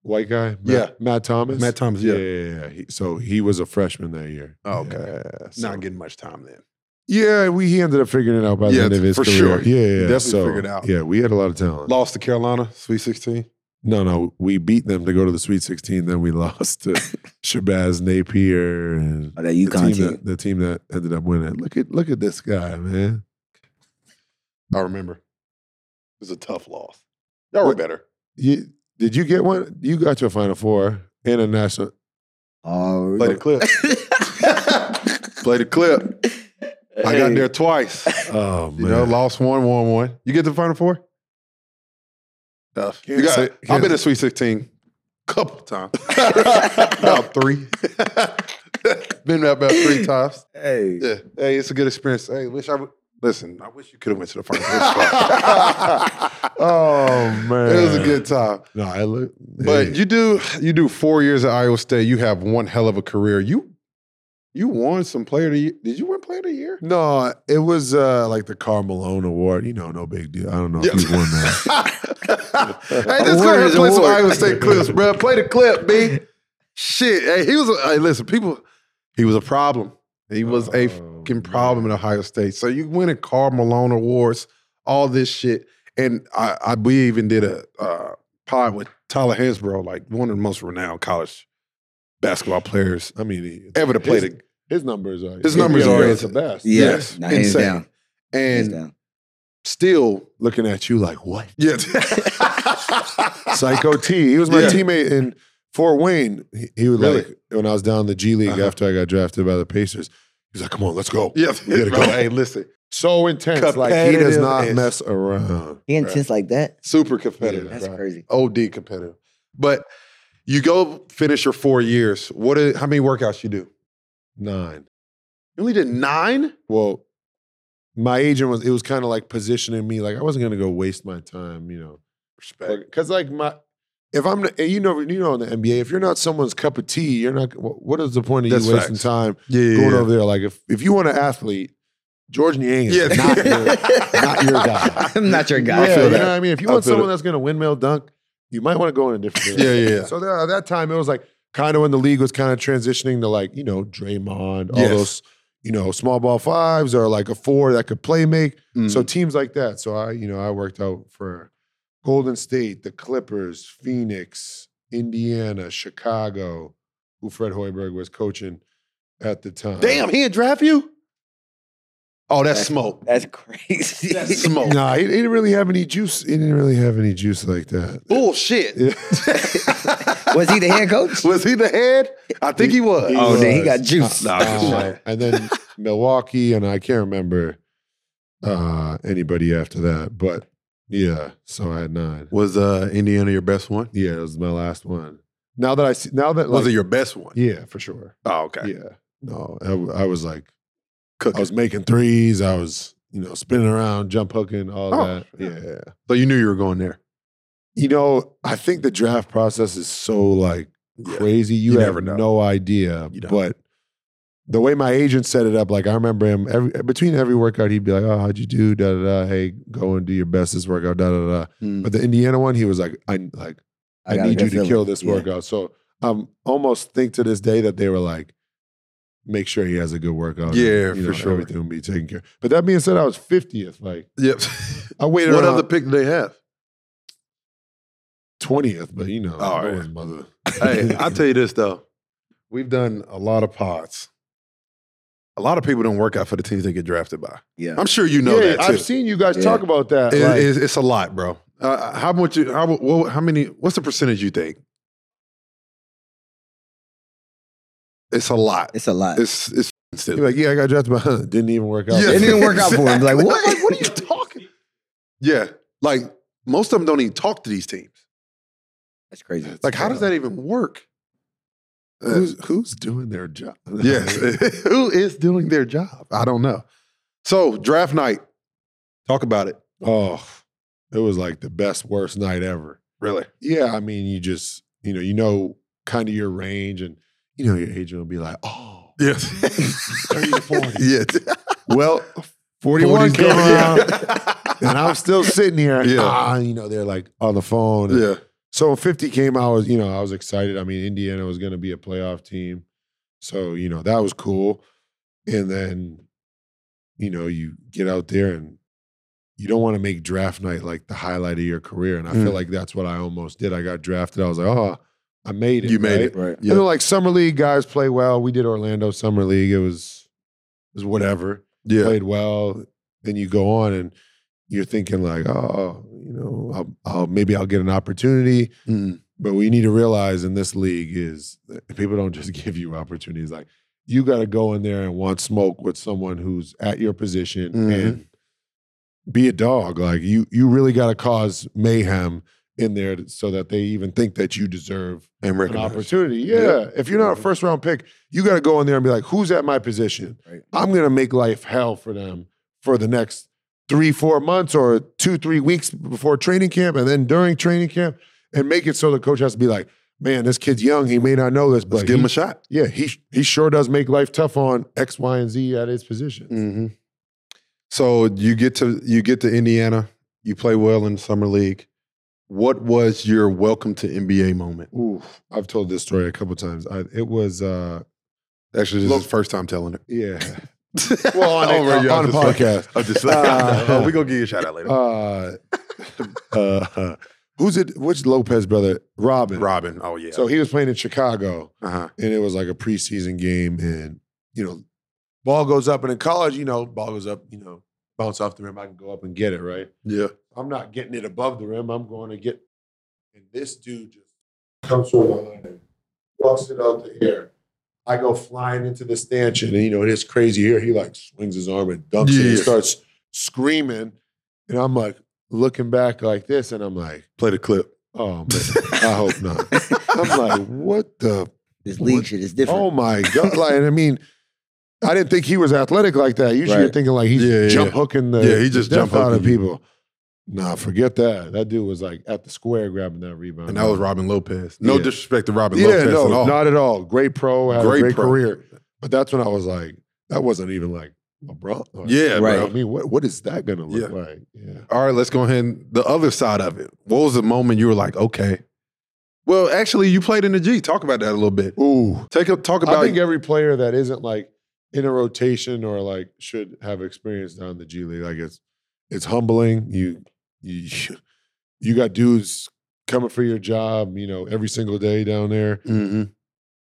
Speaker 3: white guy, Matt,
Speaker 1: Yeah.
Speaker 3: Matt Thomas,
Speaker 5: Matt Thomas,
Speaker 3: yeah,
Speaker 5: yeah.
Speaker 3: yeah, yeah. He, so he was a freshman that year.
Speaker 1: Oh, okay.
Speaker 3: Yeah, so-
Speaker 1: not getting much time then.
Speaker 3: Yeah, we he ended up figuring it out by the
Speaker 1: Yeah,
Speaker 3: end of his
Speaker 1: for
Speaker 3: career.
Speaker 1: sure.
Speaker 3: Yeah, yeah, yeah.
Speaker 1: Definitely
Speaker 3: so,
Speaker 1: figured out.
Speaker 3: Yeah, we had a lot of talent.
Speaker 1: Lost to Carolina, Sweet 16.
Speaker 3: No, no, we beat them to go to the Sweet 16. Then we lost to Shabazz Napier and
Speaker 2: Or that UConn
Speaker 3: the
Speaker 2: team.
Speaker 3: team, that, the team that ended up winning. Look at look at this guy, man.
Speaker 1: I remember. It was a tough loss. Y'all were
Speaker 3: What-
Speaker 1: better.
Speaker 3: You, did you get one? You got your Final Four in a national.
Speaker 2: Oh, we
Speaker 1: Play the
Speaker 2: go-
Speaker 1: clip. Play the clip. I got
Speaker 2: Hey.
Speaker 1: there twice.
Speaker 3: Oh man,
Speaker 1: You know, lost one, won one. You get to the final four? Tough. You
Speaker 3: Can't
Speaker 1: got-
Speaker 3: say-
Speaker 1: I've
Speaker 3: can't-
Speaker 1: been to Sweet 16 couple times. about three. been there about three times.
Speaker 2: Hey.
Speaker 1: Yeah. Hey, it's a good experience. Hey, wish I would. Listen, I wish you could have went to the final four.
Speaker 3: oh man,
Speaker 1: it was a good time.
Speaker 3: No, I look,
Speaker 1: But
Speaker 3: hey,
Speaker 1: you do you do four years at Iowa State. You have one hell of a career. You you won some player of the year. Did you win player of the year?
Speaker 3: no, it was uh, like the Carl Malone Award. You know, no big deal. I don't know if you won that.
Speaker 1: hey, let's go ahead and play some Iowa State clips, bro. Play the clip, B. Shit. Hey, he was a, hey, listen, people, he was a problem. He was a
Speaker 3: Oh,
Speaker 1: fucking problem in Ohio State. So you win a Carl Malone Awards, all this shit. And I, I we even did a uh, pod with Tyler Hansborough, like one of the most renowned college basketball players
Speaker 3: I mean, he,
Speaker 1: ever to play
Speaker 3: his,
Speaker 1: the
Speaker 3: his numbers are
Speaker 1: His numbers
Speaker 3: yeah,
Speaker 1: are-
Speaker 3: it's the best.
Speaker 2: Yeah.
Speaker 1: Yes,
Speaker 2: Nah, hands
Speaker 1: insane.
Speaker 2: down. Hands
Speaker 1: and
Speaker 2: down.
Speaker 1: still
Speaker 3: Looking at you like what?
Speaker 1: yeah.
Speaker 3: Psycho T. He was my
Speaker 1: Yeah.
Speaker 3: teammate in Fort Wayne. He, he would
Speaker 1: Really?
Speaker 3: like when I was down in the G League
Speaker 1: Uh-huh.
Speaker 3: after I got drafted by the Pacers. He was like, "Come on, let's go."
Speaker 1: yeah,
Speaker 3: We gotta
Speaker 1: bro,
Speaker 3: go.
Speaker 1: Hey, listen,
Speaker 3: So intense, like he does
Speaker 1: Competitive
Speaker 3: not
Speaker 1: as-
Speaker 3: mess around.
Speaker 2: He intense like that?
Speaker 1: super competitive.
Speaker 3: Yeah.
Speaker 2: That's
Speaker 1: bro.
Speaker 2: crazy.
Speaker 1: OD competitive. But you go finish your four years. What? Is, how many workouts you do?
Speaker 3: Nine.
Speaker 1: You only did nine.
Speaker 3: Well, my agent was. It was kind of like positioning me. Like I wasn't gonna go waste my time, you know.
Speaker 1: Respect.
Speaker 3: Because like my, if I'm, and you know, you know, in the NBA, if you're not someone's cup of tea, you're not. wh- What is the point of
Speaker 1: That's
Speaker 3: you wasting
Speaker 1: facts.
Speaker 3: time
Speaker 1: Yeah,
Speaker 3: going over there? Like if if you want an athlete, George Niang is
Speaker 1: Yeah.
Speaker 3: not your- not your guy.
Speaker 2: I'm not your guy.
Speaker 1: I
Speaker 3: yeah,
Speaker 1: feel
Speaker 3: you
Speaker 1: that.
Speaker 3: know what I mean. If you
Speaker 1: I
Speaker 3: want
Speaker 1: feel
Speaker 3: someone
Speaker 1: it.
Speaker 3: that's going to windmill dunk, you might want to go in a different
Speaker 1: Yeah,
Speaker 3: direction.
Speaker 1: yeah, yeah.
Speaker 3: So there, at that time, it was like kind of when the league was kind of transitioning to like you know Draymond, all
Speaker 1: Yes.
Speaker 3: those you know small ball fives or like a four that could play make.
Speaker 1: Mm.
Speaker 3: So teams like that. So I you know I worked out for Golden State, the Clippers, Phoenix, Indiana, Chicago, who Fred Hoiberg was coaching at the time.
Speaker 1: damn, he didn't draft you. Oh, that's
Speaker 2: That's-
Speaker 1: smoke.
Speaker 2: That's crazy.
Speaker 1: That's smoke.
Speaker 3: Nah, he, he didn't really have any juice. He didn't really have any juice like that.
Speaker 1: Bullshit.
Speaker 3: Yeah.
Speaker 2: Was he the head coach?
Speaker 1: Was he the head? I think he was.
Speaker 2: Oh,
Speaker 3: was.
Speaker 2: then he got Oh. juice.
Speaker 1: Nah,
Speaker 3: Uh, and then Milwaukee, and I can't remember uh, anybody after that. But yeah, so I had nine.
Speaker 1: Was uh, Indiana your best one?
Speaker 3: Yeah, it was my last one. Now that I see, now that like,
Speaker 1: was it your best one?
Speaker 3: yeah, for sure.
Speaker 1: Oh, okay.
Speaker 3: Yeah, no, I, I was like,
Speaker 1: Cooking.
Speaker 3: I was making threes. I was, you know, spinning around, jump hooking, all
Speaker 1: Oh,
Speaker 3: that.
Speaker 1: yeah.
Speaker 3: yeah.
Speaker 1: so you knew you were going there.
Speaker 3: you know, I think the draft process is so like
Speaker 1: Yeah.
Speaker 3: crazy. You,
Speaker 1: You
Speaker 3: have
Speaker 1: never know.
Speaker 3: no idea.
Speaker 1: You don't.
Speaker 3: But the way my agent set it up, like I remember him every between every workout, he'd be like, "Oh, how'd you do? Da da da. Hey, go and do your best this workout. Da da da." But the Indiana one, he was like, "I like I,
Speaker 2: Hmm. got a
Speaker 3: need
Speaker 2: good
Speaker 3: you to
Speaker 2: feeling.
Speaker 3: kill this
Speaker 2: Yeah.
Speaker 3: workout." So I'm almost think to this day that they were like, "Make sure he has a good workout." and,
Speaker 1: Yeah, for
Speaker 3: you know,
Speaker 1: sure.
Speaker 3: Everything will be taken care. of. But that being said, I was 50th. Like
Speaker 1: Yep.
Speaker 3: I waited.
Speaker 1: what
Speaker 3: around-
Speaker 1: other pick did they have?
Speaker 3: twentieth, but you know,
Speaker 1: Oh,
Speaker 3: I
Speaker 1: yeah.
Speaker 3: was mother.
Speaker 1: hey, I'll tell you this though. We've done a lot of pods. A lot of people don't work out for the teams they get drafted by.
Speaker 2: Yeah.
Speaker 1: I'm sure you know that
Speaker 3: yeah,
Speaker 1: too.
Speaker 3: I've seen you guys
Speaker 2: Yeah.
Speaker 3: talk about that.
Speaker 1: It-
Speaker 3: like,
Speaker 1: it's, it's a lot, bro. Uh, how much? You, how, what, how many? What's the percentage you think? It's a lot.
Speaker 2: It's a lot.
Speaker 1: It's it's still.
Speaker 3: you're like, yeah, I got drafted, but didn't even work out.
Speaker 1: Yeah.
Speaker 2: it didn't work out for him. Like
Speaker 1: Exactly.
Speaker 2: what?
Speaker 1: Like, what are you talking? Yeah, like most of them don't even talk to these teams.
Speaker 2: That's crazy.
Speaker 1: Like, how does that even work? Uh,
Speaker 3: Who's, who's doing their job?
Speaker 1: yes, who is doing their job? I don't know. So draft night, talk about it.
Speaker 3: oh, it was like the best worst night ever.
Speaker 1: Really?
Speaker 3: Yeah, I mean, you just you know, you know, kind of your range, and you know, your agent will be like, oh,
Speaker 1: Yes.
Speaker 3: 30 to 40.
Speaker 1: Yes.
Speaker 3: well, forty one came around,
Speaker 1: Yeah.
Speaker 3: and I'm still sitting here.
Speaker 1: Yeah.
Speaker 3: Ah, you know, they're like on the phone. and-
Speaker 1: yeah.
Speaker 3: So when 50 came, I was, you know, I was excited. I mean, Indiana was going to be a playoff team. So, you know, that was cool. And then, you know, you get out there and you don't want to make draft night like the highlight of your career. And I feel
Speaker 1: Mm.
Speaker 3: like that's what I almost did. I got drafted. I was like, oh, I made it.
Speaker 1: You made
Speaker 3: right?
Speaker 1: it.
Speaker 2: Right.
Speaker 1: Yeah.
Speaker 3: And then like summer league guys play well. We did Orlando summer league. It was it was whatever
Speaker 1: Yeah.
Speaker 3: played well, then you go on and you're thinking like, oh, you know, I'll, I'll maybe I'll get an opportunity.
Speaker 1: Mm.
Speaker 3: But we need to realize in this league is that people don't just give you opportunities. Like you got to go in there and want smoke with someone who's at your position
Speaker 1: Mhm.
Speaker 3: and be a dog. Like you, you really got to cause mayhem in there so that they even think that you deserve
Speaker 1: And
Speaker 3: an
Speaker 1: recognize.
Speaker 3: opportunity. Yeah.
Speaker 1: Yeah.
Speaker 3: If you're not a first round pick, you got to go in there and be like, who's at my position?
Speaker 2: Right.
Speaker 3: I'm going to make life hell for them for the next three, four months or two, three weeks before training camp and then during training camp and make it so the coach has to be like, man, this kid's young. He may not know this, but
Speaker 1: Let's give
Speaker 3: he,
Speaker 1: him a shot.
Speaker 3: yeah, he, he sure does make life tough on X, Y, and Z at his position.
Speaker 1: Mm-hmm. So you get to you get to Indiana. You play well in summer league. What was your welcome to NBA moment?
Speaker 3: Ooh, I've told this story a couple times. I, it was, uh,
Speaker 1: Actually, this
Speaker 3: Look-
Speaker 1: is first time telling it.
Speaker 3: yeah. Well, on, a- uh,
Speaker 1: Over, yeah,
Speaker 3: on a
Speaker 1: I'm just like-
Speaker 3: podcast.
Speaker 1: I'm just like,
Speaker 3: Uh,
Speaker 1: we gonna give you a shout out later.
Speaker 3: Uh, uh, who's it? Which Lopez brother? Robin.
Speaker 1: Robin. Oh yeah.
Speaker 3: So he was playing in Chicago,
Speaker 1: uh-huh.
Speaker 3: and it was like a preseason game, and you know, ball goes up, and in college, you know, ball goes up, you know, bounce off the rim, I can go up and get it, right?
Speaker 1: Yeah.
Speaker 3: I'm not getting it above the rim. I'm going to get, and this dude just comes from behind, walks it out the air. I go flying into the stanchion, and you know it is crazy here. He like swings his arm and dunks it, and
Speaker 1: Yeah.
Speaker 3: starts screaming, and I'm like looking back like this, and I'm like,
Speaker 1: Play the clip.
Speaker 3: oh man, I hope not. I'm like, what the?
Speaker 2: This
Speaker 3: What?
Speaker 2: league shit is different.
Speaker 3: Oh my god! Like, and I mean, I didn't think he was athletic like that. Usually, you're
Speaker 2: Right.
Speaker 3: thinking like he's
Speaker 1: Yeah, yeah,
Speaker 3: jump
Speaker 1: yeah.
Speaker 3: hooking the
Speaker 1: Yeah, he
Speaker 3: the
Speaker 1: just
Speaker 3: death
Speaker 1: jump
Speaker 3: out of
Speaker 1: hooking you.
Speaker 3: people. Nah, forget that. That dude was like at the square grabbing that rebound,
Speaker 1: And that was Robin Lopez. No
Speaker 3: Yeah.
Speaker 1: disrespect to Robin
Speaker 3: yeah,
Speaker 1: Lopez
Speaker 3: no,
Speaker 1: at all.
Speaker 3: not at all. Great pro, had
Speaker 1: Great
Speaker 3: a great
Speaker 1: pro.
Speaker 3: career. But that's when I was like, that wasn't even like LeBron. Like,
Speaker 1: yeah,
Speaker 2: Right.
Speaker 1: bro.
Speaker 3: I mean, what what is that gonna look like? Yeah.
Speaker 1: all right, let's go ahead. And the other side of it. What was the moment you were like, okay? Well, actually, you played in the G. Talk about that a little bit.
Speaker 3: Ooh.
Speaker 1: Take a, talk
Speaker 3: I
Speaker 1: about.
Speaker 3: think every player that isn't like in a rotation or like should have experience down in the G League. Like it's it's humbling. You you you got dudes coming for your job, you know, every single day down there.
Speaker 1: Mhm.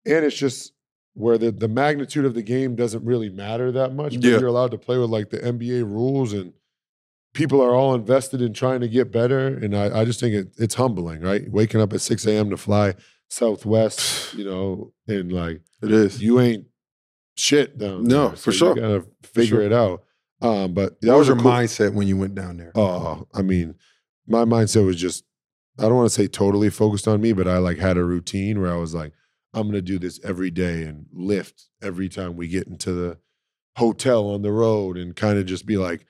Speaker 3: and it's just where the, the magnitude of the game doesn't really matter that much. But
Speaker 1: Yeah.
Speaker 3: You're allowed to play with like the NBA rules, and people are all invested in trying to get better. And I, I just think it, it's humbling, right? Waking up at 6 a.m. to fly Southwest, you know, and like
Speaker 1: It is.
Speaker 3: you ain't shit down
Speaker 1: No,
Speaker 3: there.
Speaker 1: for sure.
Speaker 3: You gotta figure
Speaker 1: sure.
Speaker 3: it out. Um, but that
Speaker 1: What was
Speaker 3: was a
Speaker 1: your
Speaker 3: cool,
Speaker 1: mindset when you went down there?
Speaker 3: Oh, I mean, my mindset was just I don't want to say totally focused on me, but I like had a routine where I was like, I'm gonna do this every day and lift every time we get into the hotel on the road and kind of just be like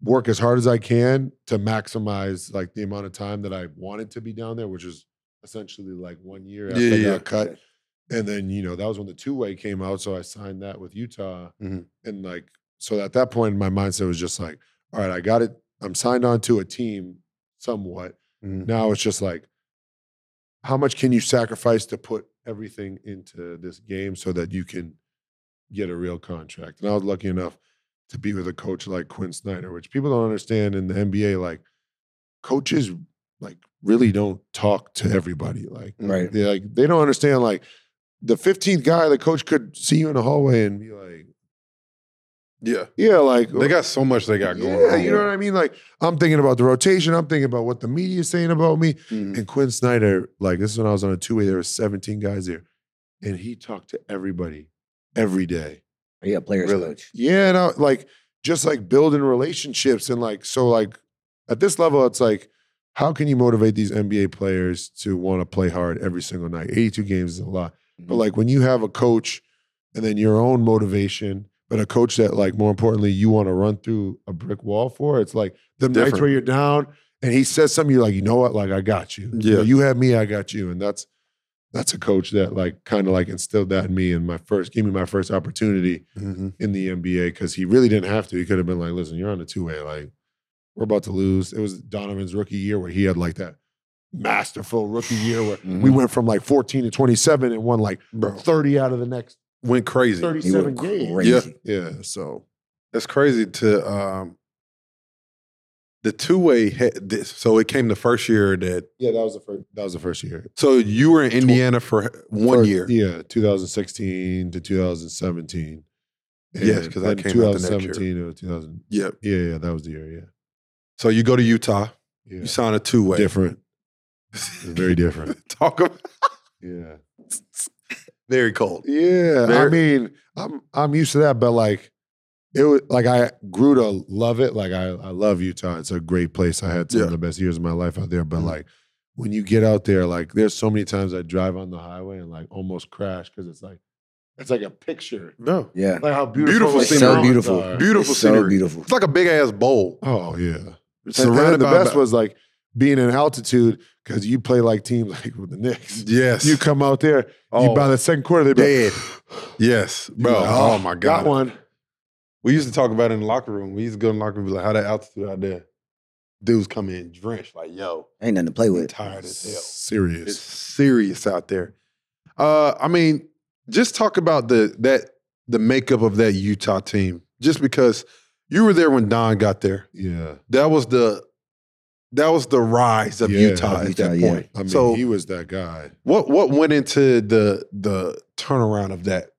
Speaker 3: work as hard as I can to maximize like the amount of time that I wanted to be down there, which is essentially like one year after
Speaker 1: Yeah,
Speaker 3: I
Speaker 1: yeah,
Speaker 3: got cut. And then, you know, that was when the two way came out. So I signed that with Utah.
Speaker 1: Mhm.
Speaker 3: And like, so at that point, my mindset was just like, all right, I got it. I'm signed on to a team somewhat.
Speaker 1: Mhm.
Speaker 3: Now it's just like, how much can you sacrifice to put everything into this game so that you can get a real contract? And I was lucky enough to be with a coach like Quinn Snyder, which people don't understand in the NBA. Like, coaches like really don't talk to everybody. Like,
Speaker 1: Right.
Speaker 3: they like they don't understand. Like, the 15th guy, the coach could see you in the hallway and be like,
Speaker 1: Yeah.
Speaker 3: yeah, like
Speaker 1: They got so much they got going
Speaker 3: yeah,
Speaker 1: on.
Speaker 3: you know what I mean? Like, I'm thinking about the rotation. I'm thinking about what the media is saying about me.
Speaker 1: Mhm.
Speaker 3: And Quinn Snyder, like, this is when I was on a two way, there were 17 guys there. And he talked to everybody every day.
Speaker 2: Yeah, players
Speaker 1: Mm-hmm. Really?
Speaker 2: coach.
Speaker 3: Yeah. And I like, just like building relationships. And like, so, like, at this level, it's like, how can you motivate these NBA players to want to play hard every single night? 82 games is a lot. But
Speaker 1: Mhm.
Speaker 3: like when you have a coach and then your own motivation, but a coach that like more importantly you want to run through a brick wall for, it's like the nights
Speaker 1: different.
Speaker 3: where you're down and he says something, you're like, you know what? Like I got you. You, know,
Speaker 1: Yeah.
Speaker 3: you have me, I got you. And that's that's a coach that like kind of like instilled that in me in my first gave me my first opportunity
Speaker 1: Mhm.
Speaker 3: in the NBA because he really didn't have to. He could have been like, listen, you're on the two way. Like, we're about to lose. It was Donovan's rookie year where he had like that masterful rookie year where
Speaker 2: Mm-hmm.
Speaker 3: we
Speaker 1: Mhm.
Speaker 3: went from like 14 to 27 and won like
Speaker 1: Bro,
Speaker 3: 30 out of the next
Speaker 1: went crazy.
Speaker 3: 37
Speaker 2: went
Speaker 3: games.
Speaker 2: crazy.
Speaker 3: Yeah. So,
Speaker 1: That's crazy to um the two way this so it came the first year that
Speaker 3: yeah, that was the first, that was the first year.
Speaker 1: so you were in Indiana for one
Speaker 3: First-
Speaker 1: year.
Speaker 3: Yeah. 2016 to 2017.
Speaker 1: Yes, 'cause I
Speaker 3: then
Speaker 1: came out the next year.
Speaker 3: 2017 to 2000.
Speaker 1: Yeah.
Speaker 3: Yeah. Yeah. That was the year.
Speaker 1: So you go to Utah,
Speaker 3: Yeah.
Speaker 1: you
Speaker 3: Yeah.
Speaker 1: sign a two way.
Speaker 3: Different. Very different.
Speaker 1: Talk about
Speaker 3: Yeah.
Speaker 1: very cold.
Speaker 3: Yeah, I
Speaker 1: Very-
Speaker 3: mean, I'm I'm used to that, but like it was like I grew to love it. Like I I love Utah. It's a great place. I had some of
Speaker 1: Yeah.
Speaker 3: the best years of my life out there. But
Speaker 1: Mhm.
Speaker 3: like when you get out there, like there's so many times I drive on the highway and like almost crash because it's like it's like a picture.
Speaker 1: No.
Speaker 2: Yeah.
Speaker 3: Like how beautiful,
Speaker 1: Beautiful
Speaker 3: the
Speaker 1: scenery. So
Speaker 3: mountains
Speaker 2: beautiful.
Speaker 3: are.
Speaker 1: Beautiful
Speaker 2: It's so
Speaker 1: scenery.
Speaker 2: beautiful.
Speaker 1: It's like a big ass bowl.
Speaker 3: Oh yeah. And- And,
Speaker 1: Surrounded
Speaker 3: the
Speaker 1: by
Speaker 3: best was like being in altitude because you play like teams like with the Knicks.
Speaker 1: Yes.
Speaker 3: You come out there,
Speaker 1: Oh,
Speaker 3: you by the second quarter, they be
Speaker 1: dead.
Speaker 3: like,
Speaker 1: yes. Bro.
Speaker 3: You're like,
Speaker 1: oh, my god.
Speaker 3: Got one.
Speaker 1: We used to talk about it in the locker room. We used to go in the locker room and be like, how that altitude out there? Dudes come in drenched, like, yo,
Speaker 2: Ain't nothing to play
Speaker 1: I'm
Speaker 2: with.
Speaker 1: tired as hell.
Speaker 3: Serious.
Speaker 1: It's serious out there. Uh, I mean, just talk about the that the makeup of that Utah team. Just because you were there when Don got there,
Speaker 3: yeah.
Speaker 1: that was the that was the rise of
Speaker 3: Yeah,
Speaker 1: Utah
Speaker 3: of
Speaker 1: at
Speaker 2: Utah,
Speaker 1: that
Speaker 2: yeah.
Speaker 1: point.
Speaker 3: I mean,
Speaker 1: so
Speaker 3: he was that guy.
Speaker 1: what what went into the the turnaround of that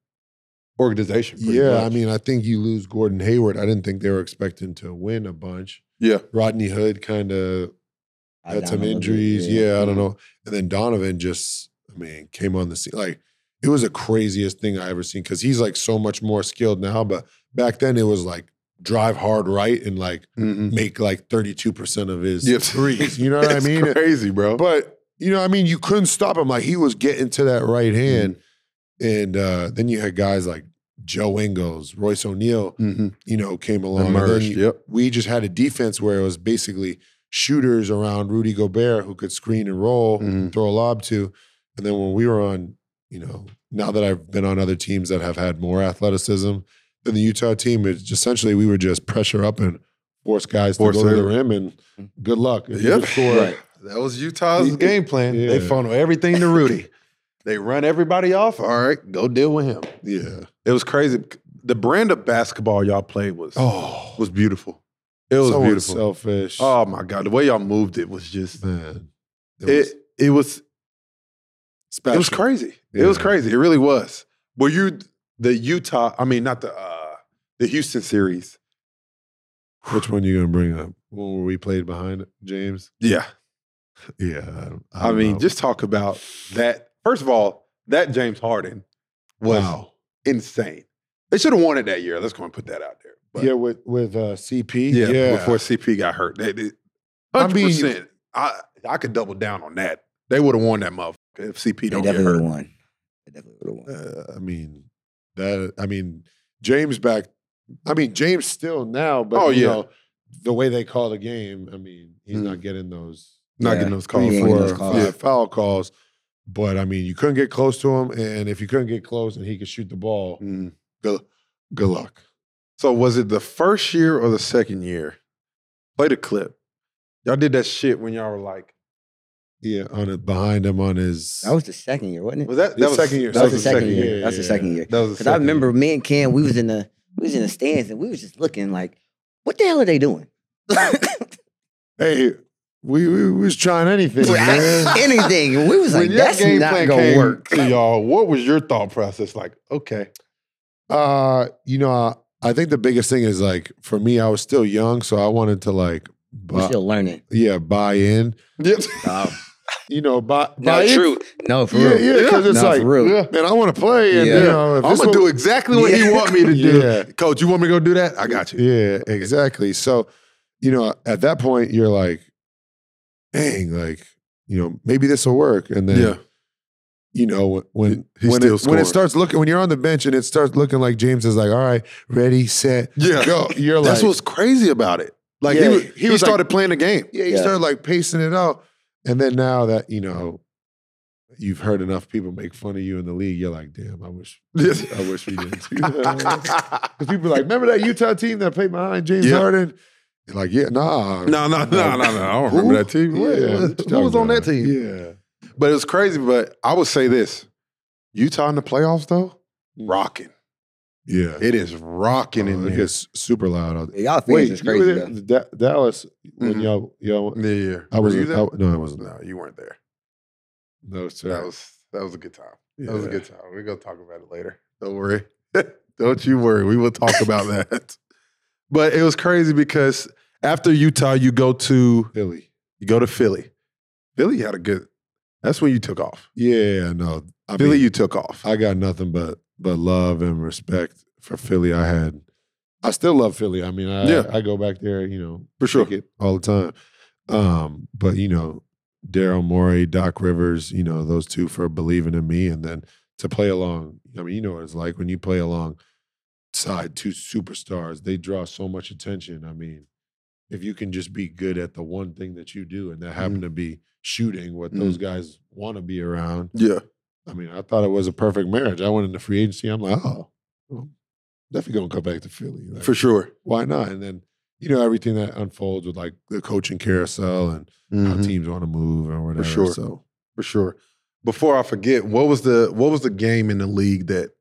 Speaker 1: organization? pretty
Speaker 3: Yeah,
Speaker 1: much?
Speaker 3: I mean, I think you lose Gordon Hayward. I didn't think they were expecting to win a bunch.
Speaker 1: yeah,
Speaker 3: Rodney Hood kind of
Speaker 2: I
Speaker 3: had
Speaker 2: down
Speaker 3: some
Speaker 2: a little bit,
Speaker 3: injuries. Yeah, I don't know. And then Donovan just, I mean, came on the scene. Like, it was the craziest thing I ever seen because he's like so much more skilled now. But back then, it was like drive hard right and like
Speaker 1: Mhm.
Speaker 3: make like 32% of his
Speaker 1: Yeah.
Speaker 3: threes. You know what I
Speaker 1: It's
Speaker 3: mean?
Speaker 1: crazy, bro.
Speaker 3: But you know, what I mean, you couldn't stop him. Like he was getting to that
Speaker 1: Mm.
Speaker 3: right hand, and uh, then you had guys like Joe Ingles, Royce O'Neal.
Speaker 1: Mhm.
Speaker 3: You know, came along. and then
Speaker 1: emerged.
Speaker 3: you-
Speaker 1: Yep.
Speaker 3: We just had a defense where it was basically shooters around Rudy Gobert who could screen and roll,
Speaker 1: Mhm.
Speaker 3: throw a lob to, and then when we were on, you know, now that I've been on other teams that have had more athleticism than the Utah team, it's just essentially we were just pressure up and force guys
Speaker 1: Force
Speaker 3: to go to the
Speaker 1: every-
Speaker 3: rim and good luck. If you
Speaker 1: Yep.
Speaker 3: could score-
Speaker 1: Right. That was Utah's
Speaker 3: Yeah.
Speaker 1: game plan. They
Speaker 3: Yeah.
Speaker 1: funnel everything to Rudy. they run everybody off. All right, go deal with him.
Speaker 3: Yeah.
Speaker 1: It was crazy. The brand of basketball y'all played was
Speaker 3: Oh,
Speaker 1: was beautiful. It was beautiful.
Speaker 3: Selfish.
Speaker 1: Oh my god, the way y'all moved it was just
Speaker 3: man,
Speaker 1: it. It, was
Speaker 3: special.
Speaker 1: it was crazy. It was
Speaker 3: Yeah.
Speaker 1: crazy. It really was. Were you the Utah? I mean, not the uh the Houston series.
Speaker 3: Which one you gonna bring up? One where we played behind James?
Speaker 1: Yeah,
Speaker 3: Yeah.
Speaker 1: I,
Speaker 3: don't
Speaker 1: mean,
Speaker 3: know.
Speaker 1: just talk about that. First of all, that James Harden was
Speaker 3: Wow.
Speaker 1: insane. They should have won it that year. Let's go and put that out there. But-
Speaker 3: yeah, with with uh, CP.
Speaker 1: yeah, Before CP got hurt, they, they,
Speaker 3: I
Speaker 1: 100%.
Speaker 3: mean-
Speaker 1: I, I could double down on that. They would have won that motherfucker if CP
Speaker 2: They
Speaker 1: don't get
Speaker 2: definitely would
Speaker 1: hurt.
Speaker 2: have won. They definitely would have won.
Speaker 3: Uh, I mean, that. I mean, James back. I mean, James still now, but
Speaker 1: Oh,
Speaker 3: you
Speaker 1: yeah. Mm.
Speaker 3: know, the way they call the game. I mean, he's not getting those
Speaker 1: Not
Speaker 2: Yeah.
Speaker 1: getting those
Speaker 3: call
Speaker 1: calls.
Speaker 2: Yeah,
Speaker 1: for
Speaker 3: for
Speaker 2: those calls.
Speaker 3: yeah, foul calls. But I mean, you couldn't get close to him, and if you couldn't get close, and he could shoot the ball,
Speaker 1: Mm.
Speaker 3: good, good luck.
Speaker 1: So was it the first year or the second year? Play the clip. Y'all did that shit when y'all were like,
Speaker 3: Yeah, uh, on it behind him on his.
Speaker 2: That was the second year, wasn't it?
Speaker 1: was that that
Speaker 3: His
Speaker 1: was
Speaker 3: second year,
Speaker 2: that was the
Speaker 3: was
Speaker 2: second
Speaker 3: second
Speaker 2: year.
Speaker 3: year,
Speaker 2: That was the
Speaker 3: yeah,
Speaker 2: second
Speaker 3: yeah.
Speaker 2: year.
Speaker 1: That was the
Speaker 2: Because I
Speaker 1: second
Speaker 2: remember
Speaker 1: year.
Speaker 2: me and Ken, we was in the we was in the stands and we was just looking like, what the hell are they doing?
Speaker 3: hey, we, we was trying anything. man.
Speaker 2: Anything. We was like,
Speaker 1: when your
Speaker 2: that's
Speaker 1: game
Speaker 2: not
Speaker 1: plan
Speaker 2: gonna
Speaker 1: came
Speaker 2: work.
Speaker 1: to y'all. What was your thought process like? oh, Okay,
Speaker 3: Uh, you know, I, I think the biggest thing is like for me, I was still young, so I wanted to like,
Speaker 2: We're
Speaker 3: buy,
Speaker 2: still learning.
Speaker 3: yeah, buy in. You know, buy,
Speaker 2: No,
Speaker 3: buy in.
Speaker 2: true. No, for
Speaker 3: Yeah,
Speaker 2: real.
Speaker 3: yeah, because it's
Speaker 2: No,
Speaker 3: like,
Speaker 2: for real.
Speaker 3: yeah, man, I want to play, and
Speaker 2: Yeah.
Speaker 3: you know, if
Speaker 1: I'm
Speaker 3: this
Speaker 1: gonna
Speaker 3: what-
Speaker 1: do exactly what
Speaker 2: Yeah.
Speaker 1: you want me to do,
Speaker 3: Yeah.
Speaker 1: Coach. You want me to go do that? I got you.
Speaker 3: Yeah, exactly. So, you know, at that point, you're like, dang, like, you know, maybe this will work. And then, you know, when
Speaker 1: He- he's
Speaker 3: when
Speaker 1: still
Speaker 3: it, when
Speaker 1: scoring.
Speaker 3: it starts looking, when you're on the bench and it starts looking like James is like, all right, ready, set,
Speaker 1: yeah.
Speaker 3: go. You're like,
Speaker 1: That's what's crazy about it. Like
Speaker 3: Yeah.
Speaker 1: he was, he,
Speaker 3: He was like-
Speaker 1: started playing the game.
Speaker 3: yeah, you
Speaker 2: Yeah.
Speaker 3: started like pacing it out. And then now that, you know, you've heard enough people make fun of you in the league, you're like, damn, I wish, I wish we didn't do that. Because people are like, remember that Utah team that played behind James
Speaker 1: Yeah.
Speaker 3: Harden? You're like, yeah, nah.
Speaker 1: No, no, no, no, no. I don't remember that team. What-
Speaker 3: Yeah,
Speaker 1: what-
Speaker 3: what you
Speaker 1: who was
Speaker 3: talking
Speaker 1: on that
Speaker 3: about?
Speaker 1: team?
Speaker 3: Yeah.
Speaker 1: But it was crazy. But I would say this Utah in the playoffs, though, rocking.
Speaker 3: Yeah.
Speaker 1: It is rocking in
Speaker 3: Oh, it
Speaker 1: there.
Speaker 3: gets super loud out there.
Speaker 2: Y'all fans
Speaker 3: Wait,
Speaker 2: is
Speaker 3: you were
Speaker 2: crazy
Speaker 3: there,
Speaker 2: though.
Speaker 3: Da- Dallas, when
Speaker 1: Mhm.
Speaker 3: y'all, y'all,
Speaker 1: Yeah, yeah.
Speaker 3: I
Speaker 1: Were you
Speaker 3: wasn't,
Speaker 1: there?
Speaker 3: I, no, I wasn't.
Speaker 1: No, you weren't there.
Speaker 3: No, sir.
Speaker 1: That was that was a good time.
Speaker 3: yeah.
Speaker 1: That was a good time. We're gonna talk about it later. Don't worry. Don't you worry. We will talk about that. But it was crazy because after Utah, you go to
Speaker 3: Philly.
Speaker 1: you go to Philly. Philly had a good. That's when you took off.
Speaker 3: Yeah, no. I
Speaker 1: Philly,
Speaker 3: mean,
Speaker 1: you took off.
Speaker 3: I got nothing but but love and respect for Philly. I had, I still love Philly. I mean, I,
Speaker 1: Yeah.
Speaker 3: I go back there, you know,
Speaker 1: for sure.
Speaker 3: ticket all the time. Um, but you know, Daryl Morey, Doc Rivers, you know, those two for believing in me and then to play along. I mean, you know what it's like when you play along side two superstars, they draw so much attention. I mean, if you can just be good at the one thing that you do and that happened to be shooting what those guys want to be around.
Speaker 1: Yeah.
Speaker 3: I mean, I thought it was a perfect marriage. I went into free agency. I'm like, oh, well, definitely gonna come back to Philly. Like,
Speaker 1: For sure.
Speaker 3: why not? And then you know everything that unfolds with like the coaching carousel and how
Speaker 1: Mhm.
Speaker 3: teams want to move or whatever.
Speaker 1: sure.
Speaker 3: So
Speaker 1: For sure. Before I forget, what was the what was the game in the league that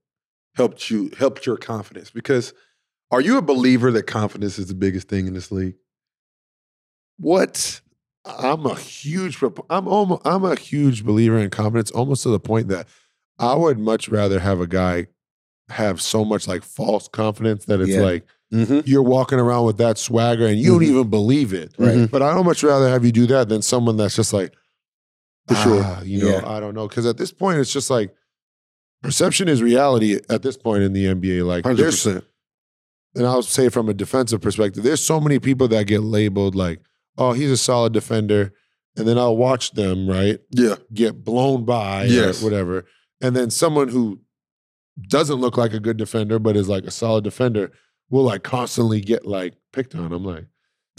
Speaker 1: helped you helped your confidence? Because are you a believer that confidence is the biggest thing in this league?
Speaker 3: what? I'm a huge prop- I'm almost, I'm a huge believer in confidence, almost to the point that I would much rather have a guy have so much like false confidence that it's
Speaker 2: Yeah.
Speaker 3: like
Speaker 1: Mm-hmm.
Speaker 3: you're walking around with that swagger and you don't
Speaker 1: Mhm.
Speaker 3: even believe it.
Speaker 1: Right.
Speaker 3: But I would much rather have you do that than someone that's just like,
Speaker 1: For sure.
Speaker 3: "Ah, you know,
Speaker 2: Yeah.
Speaker 3: I don't know. Because at this point, it's just like perception is reality at this point in the NBA. Like, there's,
Speaker 1: 100%.
Speaker 3: and I'll say from a defensive perspective, there's so many people that get labeled like, oh, he's a solid defender. And then I'll watch them, right?
Speaker 1: Yeah.
Speaker 3: get blown by
Speaker 1: Yes.
Speaker 3: or whatever. And then someone who doesn't look like a good defender but is like a solid defender will like constantly get like picked on. I'm like,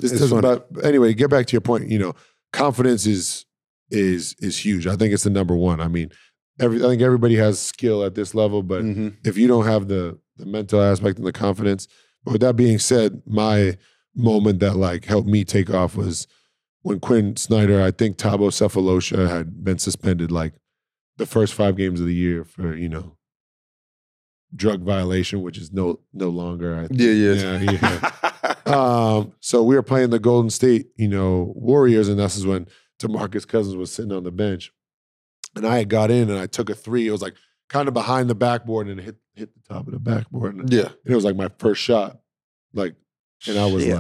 Speaker 3: this
Speaker 1: It's
Speaker 3: doesn't
Speaker 1: funny.
Speaker 3: but anyway, get back to your point. You know, confidence is is is huge. I think it's the number one. I mean, every I think everybody has skill at this level, but
Speaker 1: Mm-hmm.
Speaker 3: if you don't have the the mental aspect and the confidence. But with that being said, my moment that like helped me take off was when Quinn Snyder, I think Tabo Cephalosha had been suspended like the first five games of the year for you know drug violation, which is no no longer. I
Speaker 1: Yeah, yeah.
Speaker 3: yeah, yeah um, so we were playing the Golden State, you know, Warriors, and this is when Demarcus Cousins was sitting on the bench, and I had got in and I took a three. It was like kind of behind the backboard and it hit hit the top of the backboard, and
Speaker 1: yeah.
Speaker 3: it was like my first shot, like, and I was
Speaker 1: Shit.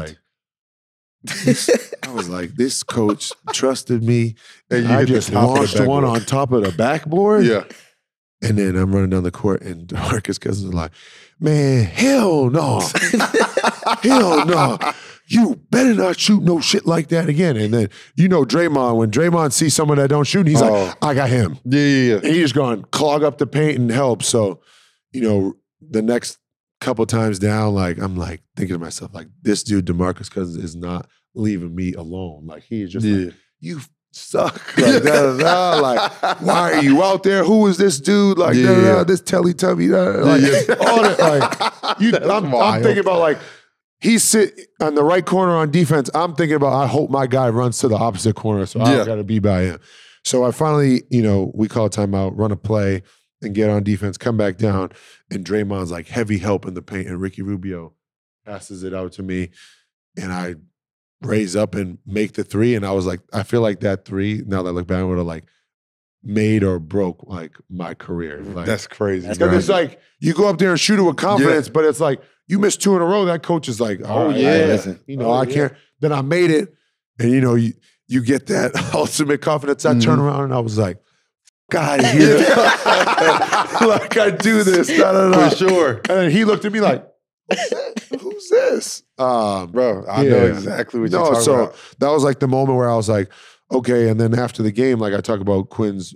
Speaker 3: like, I was like, this coach trusted me.
Speaker 1: And
Speaker 3: And
Speaker 1: you
Speaker 3: I
Speaker 1: hit the
Speaker 3: just
Speaker 1: top of the
Speaker 3: launched one
Speaker 1: backboard.
Speaker 3: on top of the backboard.
Speaker 1: Yeah.
Speaker 3: And then I'm running down the court, and Marcus Cousins is like, man, hell no. hell no. You better not shoot no shit like that again. And then, you know, Draymond, when Draymond sees someone that don't shoot, he's
Speaker 1: Oh.
Speaker 3: like, I got him.
Speaker 1: Yeah, yeah, yeah.
Speaker 3: And he's gone clog up the paint and help. So, you know, the next couple times down, like I'm like thinking to myself, like this dude Demarcus Cousins is not leaving me alone. Like he is just like,
Speaker 1: yeah.
Speaker 3: you suck. Like, da, da, da. like why are you out there? Who is this dude? Like da, da, da,
Speaker 1: Yeah.
Speaker 3: this Teletubby. Da, da, da. Like,
Speaker 1: Yeah.
Speaker 3: all that, like you,
Speaker 1: That's
Speaker 3: I'm, I'm
Speaker 1: wild.
Speaker 3: thinking about like. He sit on the right corner on defense. I'm thinking about I hope my guy runs to the opposite corner, so
Speaker 1: Yeah.
Speaker 3: I got to be by him. So I finally, you know, we call a timeout, run a play, and get on defense, come back down, and Draymond's like heavy help in the paint, and Ricky Rubio passes it out to me, and I raise up and make the three, and I was like, I feel like that three. Now that I look back, would have like made or broke like my career. Like,
Speaker 1: Mm, That's crazy.
Speaker 2: That's
Speaker 1: bro.
Speaker 3: because it's like you go up there and shoot it with confidence, but it's like you miss two in a row. That coach is like,
Speaker 1: Oh,
Speaker 3: all right,
Speaker 1: yeah.
Speaker 3: listen, you know,
Speaker 1: Oh,
Speaker 3: I
Speaker 1: yeah.
Speaker 3: can't. Then I made it, and you know, you you get that ultimate confidence. I
Speaker 1: Mm-hmm.
Speaker 3: turn around and I was like, God, here, like I do this, da, da, da.
Speaker 1: for sure.
Speaker 3: and then he looked at me like, who's this? Um,
Speaker 1: Bro, I know
Speaker 3: Yeah.
Speaker 1: exactly what you're
Speaker 3: no,
Speaker 1: talking
Speaker 3: so
Speaker 1: about.
Speaker 3: that was like the moment where I was like, okay. And then after the game, like I talk about Quinn's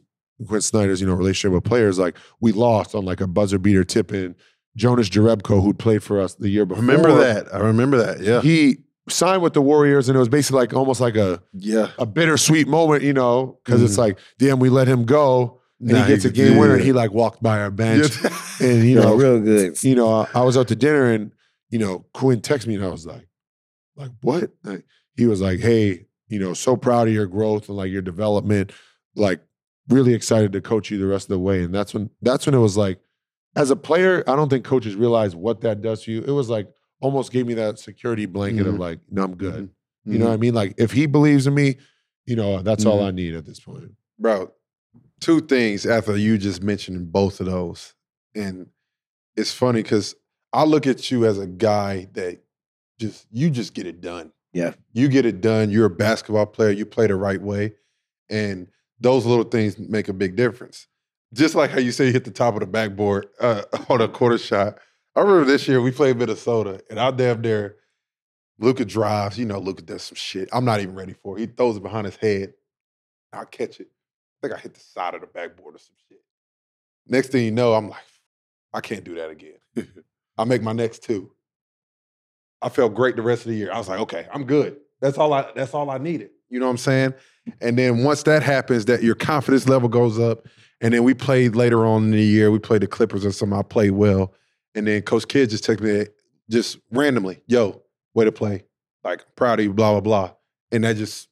Speaker 3: Quinn Snyder's, you know, relationship with players. Like we lost on like a buzzer beater tip in Jonas Jerebko, who'd played for us the year before.
Speaker 1: Remember that. I remember that. Yeah.
Speaker 3: He signed with the Warriors, and it was basically like almost like a
Speaker 1: Yeah.
Speaker 3: a bittersweet moment, you know, because it's
Speaker 1: Mhm.
Speaker 3: like, damn, we let him go. And
Speaker 1: Nah,
Speaker 3: he gets a
Speaker 1: he-
Speaker 3: game winner, and
Speaker 1: yeah.
Speaker 3: he like walked by our bench,
Speaker 1: Yeah.
Speaker 3: and you know,
Speaker 2: No, real good.
Speaker 3: you know, I, I was out to dinner and, you know, Quinn texted me and I was like, like, what? Like, he was like, hey, you know, so proud of your growth and like your development, like really excited to coach you the rest of the way. And that's when, that's when it was like, as a player, I don't think coaches realize what that does for you. It was like, almost gave me that security blanket of
Speaker 1: Mhm.
Speaker 3: like, no, I'm good. You know what I mean? Like, if he believes in me, you know, that's all
Speaker 1: Mhm.
Speaker 3: I need at this point.
Speaker 1: bro, two things after you just mentioned both of those. And it's funny because I look at you as a guy that just you just get it done.
Speaker 2: Yeah.
Speaker 1: You get it done. You're a basketball player. You play the right way. And those little things make a big difference. Just like how you say you hit the top of the backboard uh, on a quarter shot. I remember this year we played Minnesota and I damn there, Luca drives, you know, Luca does some shit. I'm not even ready for it. He throws it behind his head. I catch it. I think I hit the side of the backboard or some shit. Next thing you know, I'm like, I can't do that again. I make my next two. I felt great the rest of the year. I was like, okay, I'm good. That's all I that's all I needed. You know what I'm saying? And then once that happens, that your confidence level goes up. And then we played later on in the year. We played the Clippers and some I played well. And then Coach Kidd just texted me just randomly, yo, way to play. Like proud of you, blah, blah, blah. And that just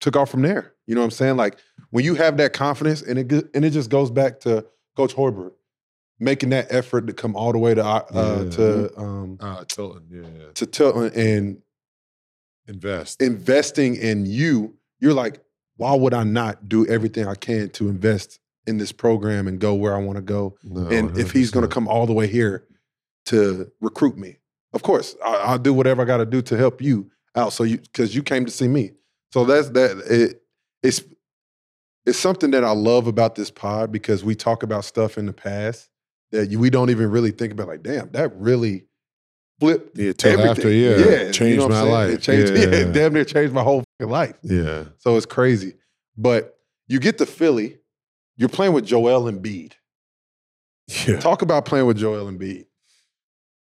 Speaker 1: took off from there. You know what I'm saying? Like when you have that confidence, and it go- and it just goes back to Coach Horbert making that effort to come all the way to uh,
Speaker 3: Yeah.
Speaker 1: to um,
Speaker 3: Uh, Tilton, yeah.
Speaker 1: to Tilton and
Speaker 3: Invest.
Speaker 1: investing in you. You're like, why would I not do everything I can to invest in this program and go where I want to go?
Speaker 3: No,
Speaker 1: and if he's going
Speaker 3: 100%.
Speaker 1: to come all the way here to recruit me, of course I, I'll do whatever I got to do to help you out. So you because you came to see me, so that's that. It, it's it's something that I love about this pod because we talk about stuff in the past that you, we don't even really think about. Like, damn, that really flipped
Speaker 3: yeah, till after, yeah,
Speaker 1: yeah, you know
Speaker 3: changed
Speaker 1: what I'm
Speaker 3: my
Speaker 1: saying?
Speaker 3: life.
Speaker 1: It changed, yeah.
Speaker 3: yeah.
Speaker 1: damn near changed my whole fucking life.
Speaker 3: Yeah.
Speaker 1: So it's crazy. But you get to Philly, you're playing with Joel Embiid.
Speaker 3: Yeah.
Speaker 1: Talk about playing with Joel Embiid.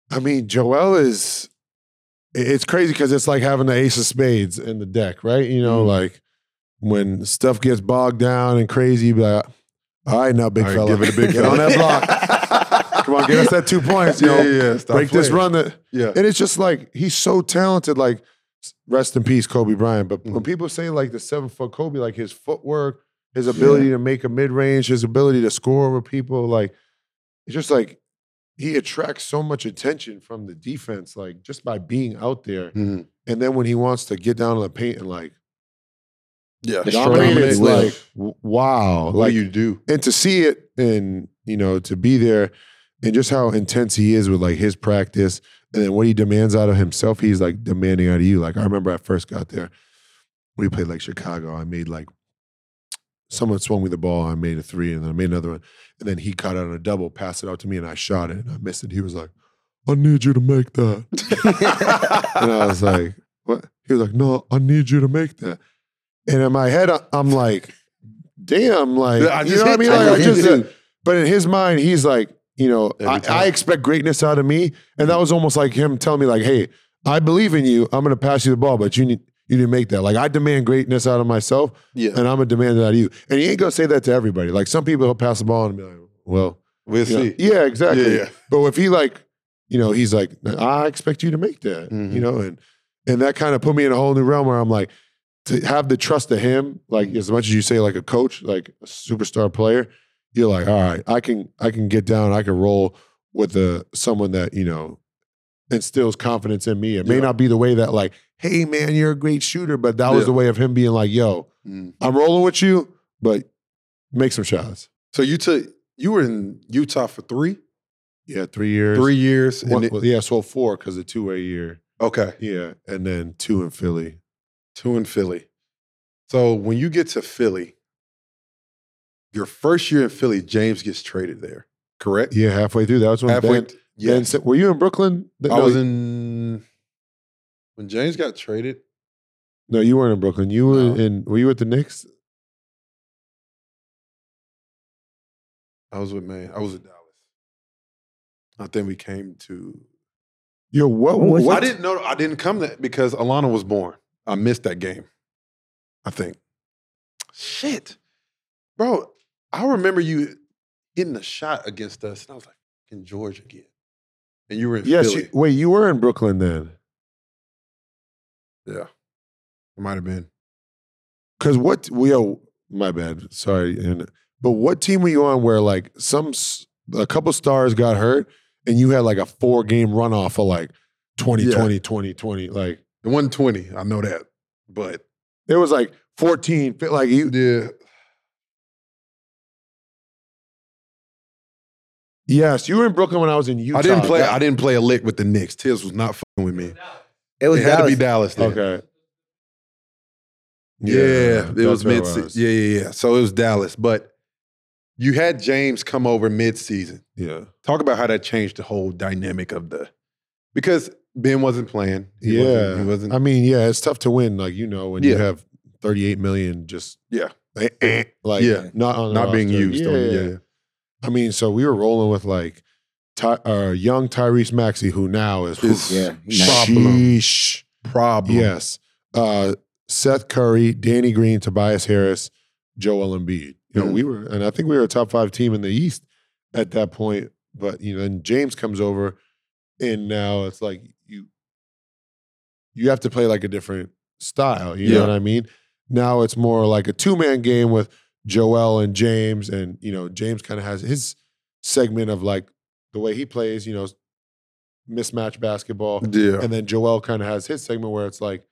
Speaker 3: I mean, Joel is. it- It's crazy because it's like having the ace of spades in the deck, right? You
Speaker 1: Mm.
Speaker 3: know, like when stuff gets bogged down and crazy, you be like, all right, now, big
Speaker 1: All right,
Speaker 3: fella.
Speaker 1: give it a big
Speaker 3: Get
Speaker 1: fella.
Speaker 3: on that block. Come on, get us that two points, yo.
Speaker 1: yeah. Stop
Speaker 3: Break this
Speaker 1: playing.
Speaker 3: run. That,
Speaker 1: Yeah.
Speaker 3: and it's just like, he's so talented. Like, rest in peace, Kobe Bryant. But when
Speaker 1: Mhm.
Speaker 3: people say like the seven foot Kobe, like his footwork, his ability to make a mid range, his ability to score with people, like, it's just like he attracts so much attention from the defense, like just by being out there.
Speaker 1: Mhm.
Speaker 3: And then when he wants to get down to the paint and like
Speaker 1: Yeah.
Speaker 2: Destroy
Speaker 3: dominate,
Speaker 2: dominate
Speaker 3: it's
Speaker 2: with-
Speaker 3: like w- wow,
Speaker 1: what
Speaker 3: like
Speaker 1: do you do?
Speaker 3: and to see it and you know to be there and just how intense he is with like his practice And then what he demands out of himself, he's like demanding out of you. Like I remember I first got there, we played like Chicago. I made like someone swung me the ball. I made a three, and then I made another one. And then he caught it on a double, passed it out to me, and I shot it and I missed it. He was like, "I need you to make that." and I was like, "What?" He was like, "No, I need you to make that." And in my head, I- I'm like, "Damn!" Like
Speaker 1: I
Speaker 3: you
Speaker 1: just
Speaker 3: know what I mean?
Speaker 1: hit- I
Speaker 3: Like I
Speaker 1: just
Speaker 3: just. uh,
Speaker 1: hit
Speaker 3: But in his mind, he's like, you know,
Speaker 1: Every
Speaker 3: I,
Speaker 1: time.
Speaker 3: I expect greatness out of me, and that was almost like him telling me, like, hey, I believe in you. I'm gonna pass you the ball, but you need you didn't make that. Like I demand greatness out of myself,
Speaker 1: yeah.
Speaker 3: and I'm gonna demand it out of you. And he ain't gonna say that to everybody. Like some people, he'll pass the ball and be like, well,
Speaker 1: We'll
Speaker 3: you know,
Speaker 1: see.
Speaker 3: yeah, exactly.
Speaker 1: Yeah, yeah.
Speaker 3: But if he like, you know, he's like, I expect you to make that,
Speaker 1: Mhm.
Speaker 3: you know, and and that kind of put me in a whole new realm where I'm like, to have the trust of him,
Speaker 1: Mm-hmm.
Speaker 3: like as much as you say, like a coach, like a superstar player, you're like, all right, I can I can get down, I can roll with a someone that you know instills confidence in me. It may
Speaker 1: Yeah.
Speaker 3: not be the way that like, hey man, you're a great shooter, but that was
Speaker 1: Yeah.
Speaker 3: the way of him being like, yo,
Speaker 1: Mm.
Speaker 3: I'm rolling with you, but make some shots.
Speaker 1: So you took you were in Utah for three,
Speaker 3: Yeah, three years,
Speaker 1: three years. and
Speaker 3: One-
Speaker 1: it-
Speaker 3: well, yeah, so four because the two way year.
Speaker 1: okay,
Speaker 3: Yeah, and then two in Philly.
Speaker 1: two in Philly. So when you get to Philly, your first year in Philly, James gets traded there. Correct.
Speaker 3: Yeah, halfway through. That was when
Speaker 1: Halfway.
Speaker 3: Ben,
Speaker 1: yeah.
Speaker 3: Ben said- were you in Brooklyn?
Speaker 1: I
Speaker 3: no,
Speaker 1: was in when James got traded.
Speaker 3: No, you weren't in Brooklyn. You were
Speaker 1: No.
Speaker 3: in. Were you at the Knicks?
Speaker 1: I was with man. I was with Dallas. I think we came to.
Speaker 3: Yo, what?
Speaker 2: What
Speaker 3: What?
Speaker 2: was
Speaker 1: I didn't know. I didn't come that because Alana was born. I missed that game. I think. Shit, bro. I remember you hitting a shot against us, and I was like, "In George again," and you were in
Speaker 3: yes.
Speaker 1: Philly.
Speaker 3: You, wait, you were in Brooklyn then.
Speaker 1: yeah, it might have been.
Speaker 3: Because what? Yo, my bad. Sorry. And but what team were you on? Where like some s- a couple stars got hurt, and you had like a four game runoff of like 20,
Speaker 1: Yeah.
Speaker 3: 20, 20, 20. Like
Speaker 1: It wasn't twenty. I know that, but
Speaker 3: it was like fourteen. fi- Like you,
Speaker 1: yeah,
Speaker 3: yes, you were in Brooklyn when I was in Utah.
Speaker 1: I didn't play.
Speaker 3: That-
Speaker 1: I didn't play a lick with the Knicks. Tiz was not fucking with me.
Speaker 2: It
Speaker 1: It,
Speaker 2: was
Speaker 1: had
Speaker 2: Dallas.
Speaker 1: to be Dallas. Then.
Speaker 3: Okay.
Speaker 1: Yeah, it was mid.
Speaker 3: mid.
Speaker 1: Yeah, yeah, yeah. So it was Dallas, but you had James come over mid season.
Speaker 3: yeah,
Speaker 1: Talk about how that changed the whole dynamic of the because Ben wasn't playing. He
Speaker 3: yeah.
Speaker 1: wasn't, he wasn't.
Speaker 3: I mean, yeah, it's tough to win. Like you know, when you
Speaker 1: Yeah.
Speaker 3: have thirty-eight million, just
Speaker 1: Yeah.
Speaker 3: eh, eh, like
Speaker 1: Yeah.
Speaker 3: not on the
Speaker 1: not being
Speaker 3: roster.
Speaker 1: used. on- Yeah, yeah.
Speaker 3: I mean, so we were rolling with like Ty, uh, young Tyrese Maxey, who now is
Speaker 1: Is-
Speaker 2: Yeah. he nice.
Speaker 1: Problem.
Speaker 3: sheesh.
Speaker 1: Problem.
Speaker 3: Yes, uh, Seth Curry, Danny Green, Tobias Harris, Joel Embiid. You know,
Speaker 1: Mhm.
Speaker 3: we were, and I think we were a top five team in the East at that point. But you know, then James comes over, and now it's like you you have to play like a different style. You
Speaker 1: Yeah.
Speaker 3: know what I mean? Now it's more like a two man game with Joel and James, and you know, James kind of has his segment of like the way he plays. You know, mismatch basketball.
Speaker 1: Yeah.
Speaker 3: And then Joel kind of has his segment where it's like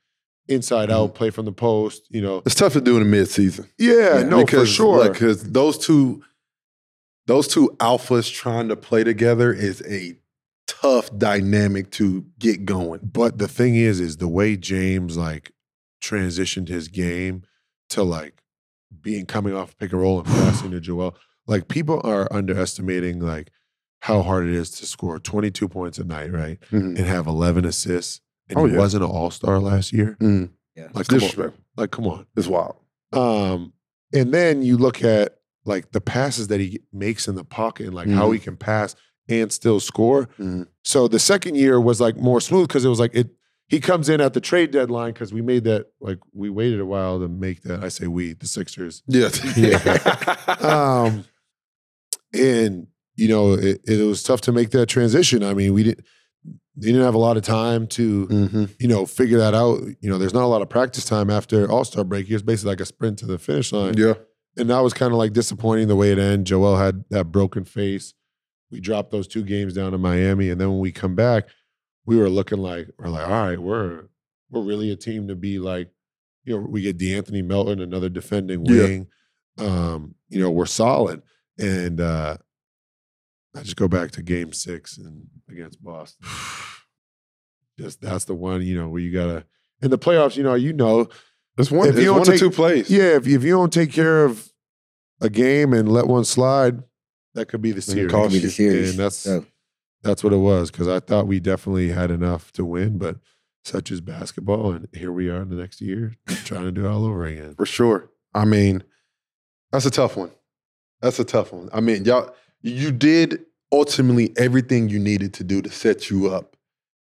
Speaker 3: inside
Speaker 1: Mm-hmm.
Speaker 3: out, play from the post, you know.
Speaker 1: It's tough to do in the mid season.
Speaker 3: Yeah, no, for sure.
Speaker 1: Because those two, those two alphas trying to play together is a tough dynamic to get going.
Speaker 3: but the thing is, is the way James like transitioned his game to like being coming off pick and roll and passing to Joel, like people are underestimating like how hard it is to score 22 points a night, right? And have 11 assists. And
Speaker 1: Oh,
Speaker 3: he
Speaker 1: yeah.
Speaker 3: wasn't an all star last year.
Speaker 1: Mm.
Speaker 2: Yeah.
Speaker 3: Mm-hmm. Like, come on.
Speaker 1: Disrespect.
Speaker 3: Like, come on.
Speaker 1: It's wild.
Speaker 3: Um, and then you look at like the passes that he makes in the pocket and like how
Speaker 1: Mhm.
Speaker 3: he can pass and still score.
Speaker 1: Mhm.
Speaker 3: So the second year was like more smooth because it was like it. He comes in at the trade deadline because we made that like we waited a while to make that. I say we the Sixers.
Speaker 1: Yes. Yeah.
Speaker 3: Um, and you know it, it was tough to make that transition. I mean we didn't. They didn't have a lot of time to
Speaker 1: Mm-hmm. Mm.
Speaker 3: you know figure that out. You know there's not a lot of practice time after All Star break. It was basically like a sprint to the finish line
Speaker 1: Yeah.
Speaker 3: and that was kind of like disappointing the way it ended. Joel had that broken face. We dropped those two games down in Miami, and then when we come back, we were looking like we're like, all right, we're we're really a team to be like, you know, we get D'Anthony Melton, another defending
Speaker 1: Yeah.
Speaker 3: wing. Um, you know, we're solid, and uh I just go back to Game Six and against Boston. just that's the one you know where you gotta in the playoffs. You know, you know,
Speaker 1: It's one,
Speaker 3: If
Speaker 1: it's
Speaker 3: you don't
Speaker 1: one to
Speaker 3: take-
Speaker 1: two plays.
Speaker 3: yeah. If, if you don't take care of a game and let one slide, that could be the
Speaker 1: It
Speaker 3: series.
Speaker 1: costs Could be
Speaker 2: the you. series.
Speaker 3: And that's
Speaker 2: So-
Speaker 3: that's what it was because I thought we definitely had enough to win, but such is basketball, and here we are in the next year trying to do it all over again.
Speaker 1: For sure. I mean, that's a tough one. That's a tough one. I mean, y'all, you did ultimately everything you needed to do to set you up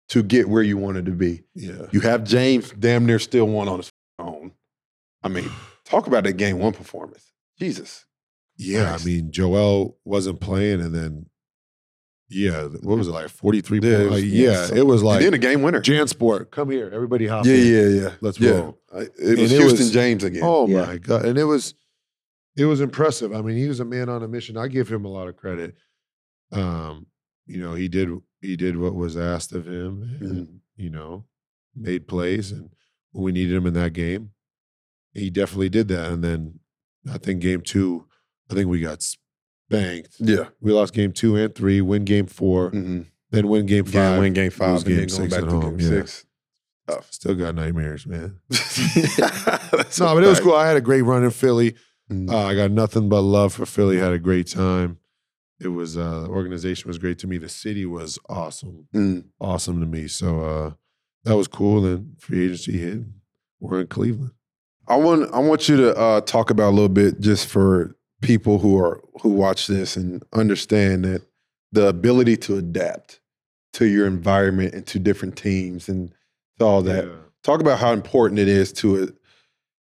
Speaker 1: to get where you wanted to be.
Speaker 3: Yeah,
Speaker 1: You have James damn near still one on his own. I mean, talk about that game one performance. Jesus.
Speaker 3: yeah. I
Speaker 1: Christ.
Speaker 3: mean, Joel wasn't playing, and then yeah, what was it like forty three?
Speaker 1: Yeah, it
Speaker 3: points?
Speaker 1: was-
Speaker 3: Like, yeah, it was like
Speaker 1: and then a game winner.
Speaker 3: JanSport, come here, everybody hop
Speaker 1: Yeah,
Speaker 3: in.
Speaker 1: yeah, yeah.
Speaker 3: Let's
Speaker 1: Yeah.
Speaker 3: roll.
Speaker 1: I- It was
Speaker 3: it
Speaker 1: Houston
Speaker 3: was-
Speaker 1: James again.
Speaker 3: Oh
Speaker 2: Yeah.
Speaker 3: my god! And it was, it was impressive. I mean, he was a man on a mission. I give him a lot of credit. Um, you know, he did he did what was asked of him,
Speaker 1: Mm-hmm.
Speaker 3: and you know, made plays, and when we needed him in that game, he definitely did that. And then I think game two, I think we got spanked.
Speaker 1: Yeah.
Speaker 3: We lost game two and three. Win game 4
Speaker 1: Mhm.
Speaker 3: then win game
Speaker 1: Game
Speaker 3: five.
Speaker 1: win game five,
Speaker 3: lose
Speaker 1: and then
Speaker 3: game
Speaker 1: going
Speaker 3: six
Speaker 1: back
Speaker 3: at
Speaker 1: to
Speaker 3: home,
Speaker 1: game
Speaker 3: yeah.
Speaker 1: six.
Speaker 3: Still got nightmares, man.
Speaker 1: That's
Speaker 3: No,
Speaker 1: a
Speaker 3: but it was
Speaker 1: fact.
Speaker 3: cool. I had a great run in Philly.
Speaker 1: Mhm.
Speaker 3: Uh, I got nothing but love for Philly. Had a great time. It was uh, the organization was great to me. The city was awesome,
Speaker 1: Mm.
Speaker 3: awesome to me. So uh, that was cool. And free agency hit. We're in Cleveland.
Speaker 1: I want I want you to uh, talk about a little bit just for people who are who watch this and understand that the ability to adapt to your environment and to different teams and to all that. Talk about how important it is to it,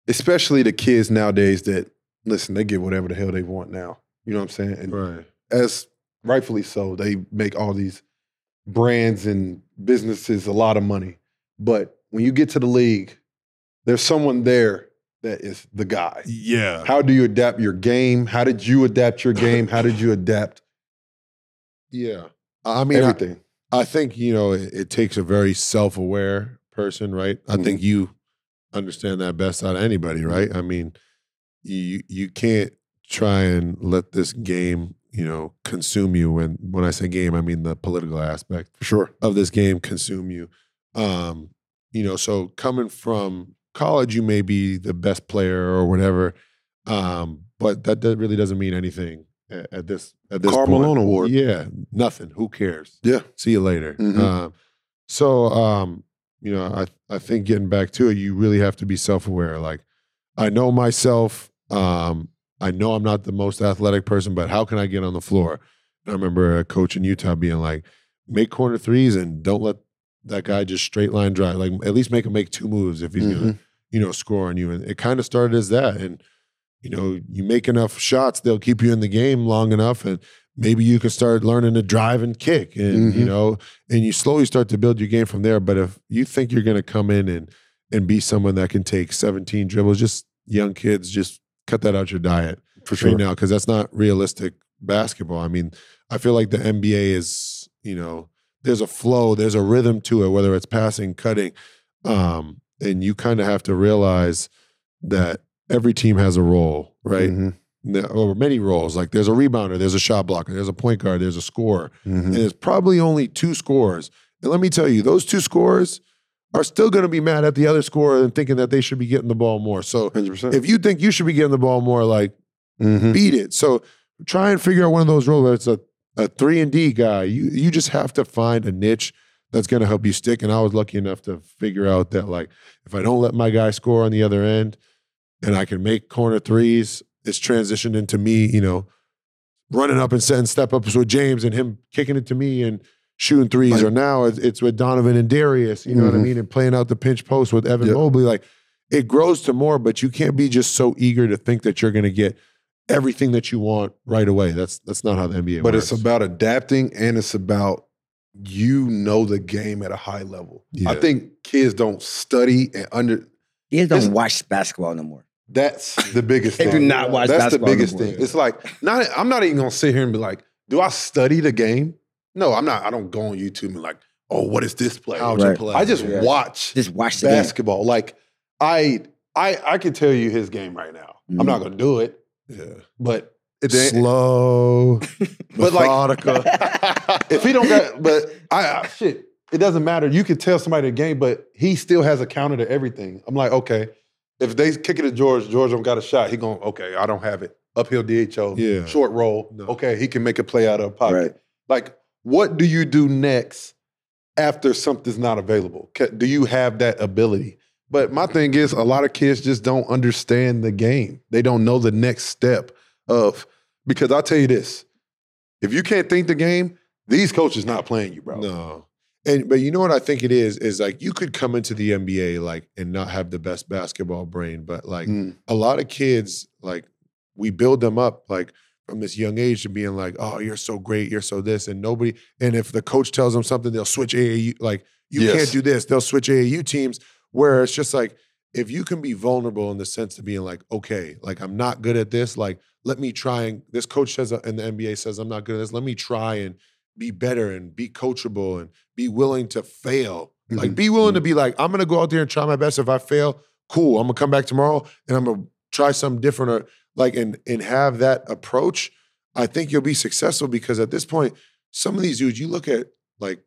Speaker 1: especially the kids nowadays that listen, they get whatever the hell they want now. You know what I'm saying? And
Speaker 3: right.
Speaker 1: as rightfully so, they make all these brands and businesses a lot of money. But when you get to the league, there's someone there that is the guy.
Speaker 3: Yeah.
Speaker 1: How do you adapt your game? How did you adapt your game? How did you adapt
Speaker 3: Yeah. I I mean, I,
Speaker 1: everything?
Speaker 3: I think you know it, it takes a very self-aware person, right? I think you understand that best out of anybody, right? I mean, you you can't try and let this game, you know, consume you. When when I say game, I mean the political aspect
Speaker 1: For sure.
Speaker 3: of this game consume you. Um, you know, so coming from college, you may be the best player or whatever, um, but that, that really doesn't mean anything at, at this at this
Speaker 1: Karl
Speaker 3: point.
Speaker 1: Malone Award.
Speaker 3: Yeah, nothing. Who cares?
Speaker 1: Yeah.
Speaker 3: See you later.
Speaker 1: Mhm.
Speaker 3: Um, so um, you know, I I think getting back to it, you really have to be self aware. Like, I know myself. Um, I know I'm not the most athletic person, but how can I get on the floor? And I remember a coach in Utah being like, make corner threes and don't let that guy just straight line drive. Like at least make him make two moves if he's gonna,
Speaker 1: Mm-hmm.
Speaker 3: you know, score on you. And it kind of started as that. And, you know, you make enough shots, they'll keep you in the game long enough. And maybe you can start learning to drive and kick. And, you
Speaker 1: Mhm.
Speaker 3: know, and you slowly start to build your game from there. But if you think you're gonna come in and and be someone that can take 17 dribbles, just young kids, just cut that out your diet
Speaker 1: For
Speaker 3: right now because that's not realistic basketball. I mean, I feel like the NBA is, you know, there's a flow, there's a rhythm to it, whether it's passing, cutting, um, and you kind of have to realize that every team has a role, right?
Speaker 1: Mhm.
Speaker 3: There- Or many roles. Like there's a rebounder, there's a shot blocker, there's a point guard, there's a scorer,
Speaker 1: Mhm.
Speaker 3: and there's probably only two scorers. And let me tell you, those two scorers are still going to be mad at the other scorer and thinking that they should be getting the ball more. So
Speaker 1: 100%.
Speaker 3: if you think you should be getting the ball more, like
Speaker 1: Mhm.
Speaker 3: beat it. So try and figure out one of those roles. Whether it's a, a three and D guy, you you just have to find a niche that's going to help you stick. And I was lucky enough to figure out that like if I don't let my guy score on the other end, and I can make corner threes, it's transitioned into me. You know, running up and setting step ups with James and him kicking it to me and. Shooting threes,
Speaker 1: Like-
Speaker 3: or now it's, it's with Donovan and Darius, you know what I
Speaker 1: Mhm.
Speaker 3: mean, and playing out the pinch post with Evan
Speaker 1: Yeah.
Speaker 3: Mobley. Like it grows to more, but you can't be just so eager to think that you're going to get everything that you want right away. That's that's not how the NBA
Speaker 1: But
Speaker 3: works.
Speaker 1: it's about adapting and it's about you know the game at a high level. I
Speaker 3: Yeah.
Speaker 1: think kids don't study and under
Speaker 2: Kids
Speaker 1: It's-
Speaker 2: don't watch basketball no more.
Speaker 1: That's the biggest
Speaker 2: They
Speaker 1: thing.
Speaker 2: do not watch
Speaker 1: That's the
Speaker 2: basketball
Speaker 1: biggest
Speaker 2: anymore.
Speaker 1: thing. It's like not I'm not even gonna sit here and be like, do I study the game? No, I'm not. I don't go on YouTube and like, oh, what is this play?
Speaker 3: how
Speaker 2: Right.
Speaker 3: to play.
Speaker 1: I just
Speaker 2: Yeah.
Speaker 1: watch
Speaker 2: Just watch the game.
Speaker 1: basketball. Like I I I can tell you his game right now. I'm
Speaker 2: Mm.
Speaker 1: not gonna do it,
Speaker 3: yeah.
Speaker 1: but it-
Speaker 3: slow,
Speaker 1: But like-
Speaker 3: methodical.
Speaker 1: if he don't got but I, I shit, it doesn't matter. You can tell somebody the game, but he still has a counter to everything. I'm like, okay, if they kick it to George, George don't got a shot. He going, okay, I don't have it. Uphill DHO,
Speaker 3: Yeah.
Speaker 1: short roll.
Speaker 3: No.
Speaker 1: Okay, he can make a play out of a pocket.
Speaker 2: Right.
Speaker 1: Like, what do you do next after something's not available? Ca- Do you have that ability? But my thing is, a lot of kids just don't understand the game. They don't know the next step of because I'll tell you this: if you can't think the game, these coaches not playing you, bro.
Speaker 3: No. And but you know what I think it is is like you could come into the NBA like and not have the best basketball brain, but like
Speaker 1: Mm.
Speaker 3: a lot of kids like we build them up like from this young age to being like, oh, you're so great, you're so this, and nobody. And if the coach tells them something, they'll switch AAU. Like you
Speaker 1: Yes.
Speaker 3: can't do this. They'll switch AAU teams. Where it's just like if you can be vulnerable in the sense of being like, okay, like I'm not good at this. Like let me try and this coach says and the NBA says I'm not good at this. Let me try and be better and be coachable and be willing to fail. Like
Speaker 1: Mhm.
Speaker 3: be willing to be like, I'm gonna go out there and try my best. If I fail, cool. I'm gonna come back tomorrow and I'm gonna try something different or like and and have that approach. I think you'll be successful because at this point, some of these dudes, you look at like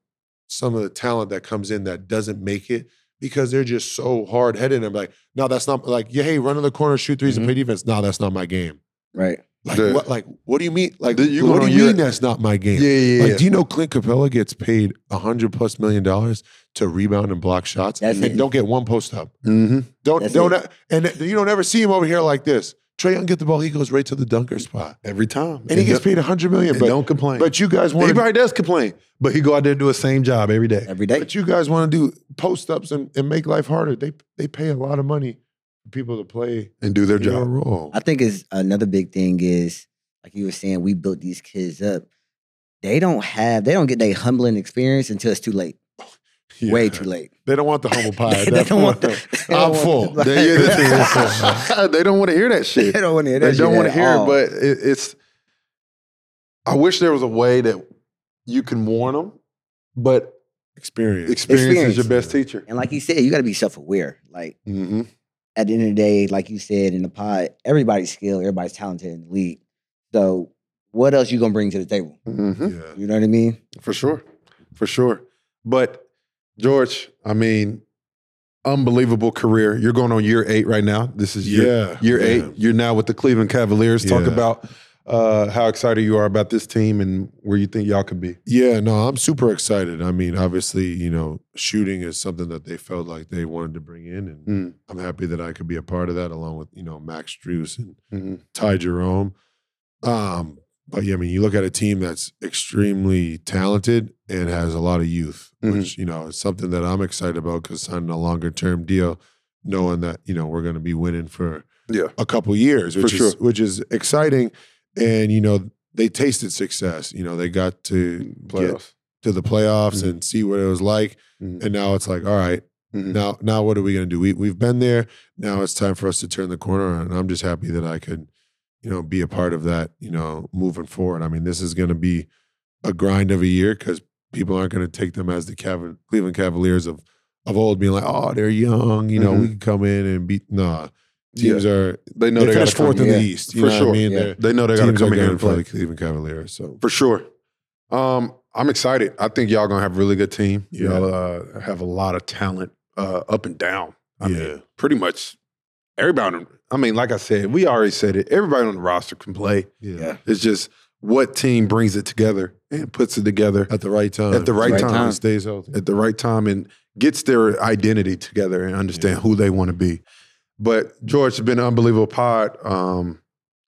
Speaker 3: some of the talent that comes in that doesn't make it because they're just so hard headed. I'm like, no, that's not like, yeah, hey, run in the corner, shoot 3s and play defense. No, that's not my game.
Speaker 2: Right.
Speaker 3: Like,
Speaker 1: Yeah.
Speaker 3: what, like, what do you mean? Like,
Speaker 1: Dude, you going
Speaker 3: what do
Speaker 1: on
Speaker 3: you
Speaker 1: your-
Speaker 3: mean that's not my game?
Speaker 1: Yeah, yeah, yeah.
Speaker 3: Like, do you know Clint Capella gets paid a hundred plus million dollars to rebound and block shots,
Speaker 2: That's
Speaker 3: and
Speaker 2: it.
Speaker 3: don't get one post up?
Speaker 1: mm-hmm.
Speaker 3: Don't
Speaker 2: That's
Speaker 3: don't,
Speaker 2: it.
Speaker 3: and you don't ever see him over here like this. Trey Young get the ball, he goes right to the dunker spot,
Speaker 1: Every time,
Speaker 3: and he gets paid a hundred million.
Speaker 1: And
Speaker 3: But
Speaker 1: don't complain.
Speaker 3: but you guys want
Speaker 1: everybody does complain, but he go out there and do the same job every day.
Speaker 2: Every day.
Speaker 3: But you guys want to do post ups and, and make life harder. They they pay a lot of money for people to play
Speaker 1: and do their
Speaker 3: their
Speaker 1: job.
Speaker 3: role.
Speaker 2: I think is another big thing is like you were saying, we built these kids up. They don't have, they don't get their humbling experience until it's too late. Way too late.
Speaker 3: They don't want the humble pie. at
Speaker 2: They
Speaker 3: that
Speaker 2: don't want
Speaker 3: point.
Speaker 2: the- they don't
Speaker 3: I'm
Speaker 2: want
Speaker 3: full.
Speaker 2: the-
Speaker 1: They, yeah,
Speaker 3: They-
Speaker 1: that's it. they don't want to hear that shit.
Speaker 2: They don't want to hear
Speaker 1: They
Speaker 2: that.
Speaker 1: don't want
Speaker 2: want
Speaker 1: to hear it, but it, it's. I wish there was a way that you can warn them, but
Speaker 3: Experience.
Speaker 1: experience,
Speaker 2: Experience.
Speaker 1: is your best teacher.
Speaker 2: and like you said, you got to be self aware. Like
Speaker 1: Mm-hmm.
Speaker 2: at the end of the day, like you said in the pod, everybody's skilled, everybody's talented in the league. So what else you gonna bring to the table?
Speaker 1: Mm-hmm.
Speaker 3: yeah.
Speaker 2: You know what I mean?
Speaker 1: For sure. For sure. But George, I mean, unbelievable career. You're going on year eight right now. This is year,
Speaker 3: Yeah.
Speaker 1: year
Speaker 3: Yeah.
Speaker 1: eight. You're now with the Cleveland Cavaliers. Talk
Speaker 3: Yeah.
Speaker 1: about uh, how excited you are about this team and where you think y'all could be.
Speaker 3: Yeah, no, I'm super excited. I mean, obviously, you know, shooting is something that they felt like they wanted to bring in, and
Speaker 1: Mm.
Speaker 3: I'm happy that I could be a part of that, along with you know Max Drews and
Speaker 1: Mhm.
Speaker 3: Ty Jerome. Um, but yeah, I mean, you look at a team that's extremely talented and has a lot of youth,
Speaker 1: Mhm.
Speaker 3: which you know is something that I'm excited about because signing a longer term deal, knowing that you know we're going to be winning for
Speaker 1: Yeah.
Speaker 3: a couple years,
Speaker 1: For
Speaker 3: which
Speaker 1: sure.
Speaker 3: is which is exciting, and you know they tasted success. You know they got to
Speaker 1: Mm,
Speaker 3: get
Speaker 1: Playoffs.
Speaker 3: to the playoffs
Speaker 1: Mhm.
Speaker 3: and see what it was like.
Speaker 1: Mhm.
Speaker 3: And now it's like, all right,
Speaker 1: Mhm.
Speaker 3: now now what are we going to do? We we've been there. Now it's time for us to turn the corner. And I'm just happy that I could, you know, be a part of that. You know, moving forward. I mean, this is going to be a grind of a year because people aren't going to take them as the Cav- Cleveland Cavaliers of of old, being like, oh, they're young. You know, we
Speaker 1: Mhm.
Speaker 3: can come in and beat. Nah, teams are
Speaker 1: They know
Speaker 3: they,
Speaker 1: they, got
Speaker 3: finished
Speaker 1: to come.
Speaker 3: fourth in
Speaker 2: yeah,
Speaker 3: the East. You
Speaker 1: for
Speaker 3: know
Speaker 1: sure.
Speaker 3: what I mean?
Speaker 2: Yeah.
Speaker 3: They're-
Speaker 1: They know they got to
Speaker 3: Teams are
Speaker 1: come in here
Speaker 3: going to
Speaker 1: and
Speaker 3: play
Speaker 1: play.
Speaker 3: the Cleveland Cavaliers. So
Speaker 1: For sure. Um, I'm excited. I think y'all gonna have a really good team.
Speaker 3: Yeah.
Speaker 1: Y'all uh, have a lot of talent uh, up and down. I
Speaker 3: Yeah.
Speaker 1: mean, pretty much everybody. on- I mean, like I said, we already said it. Everybody on the roster can play.
Speaker 3: yeah,
Speaker 1: It's just what team brings it together and puts it together
Speaker 3: at the right time.
Speaker 1: At the right
Speaker 2: time.
Speaker 3: It stays healthy.
Speaker 1: at the right time and gets their identity together and understand
Speaker 3: Yeah.
Speaker 1: who they want to be. But George, it's been an unbelievable pod. Um,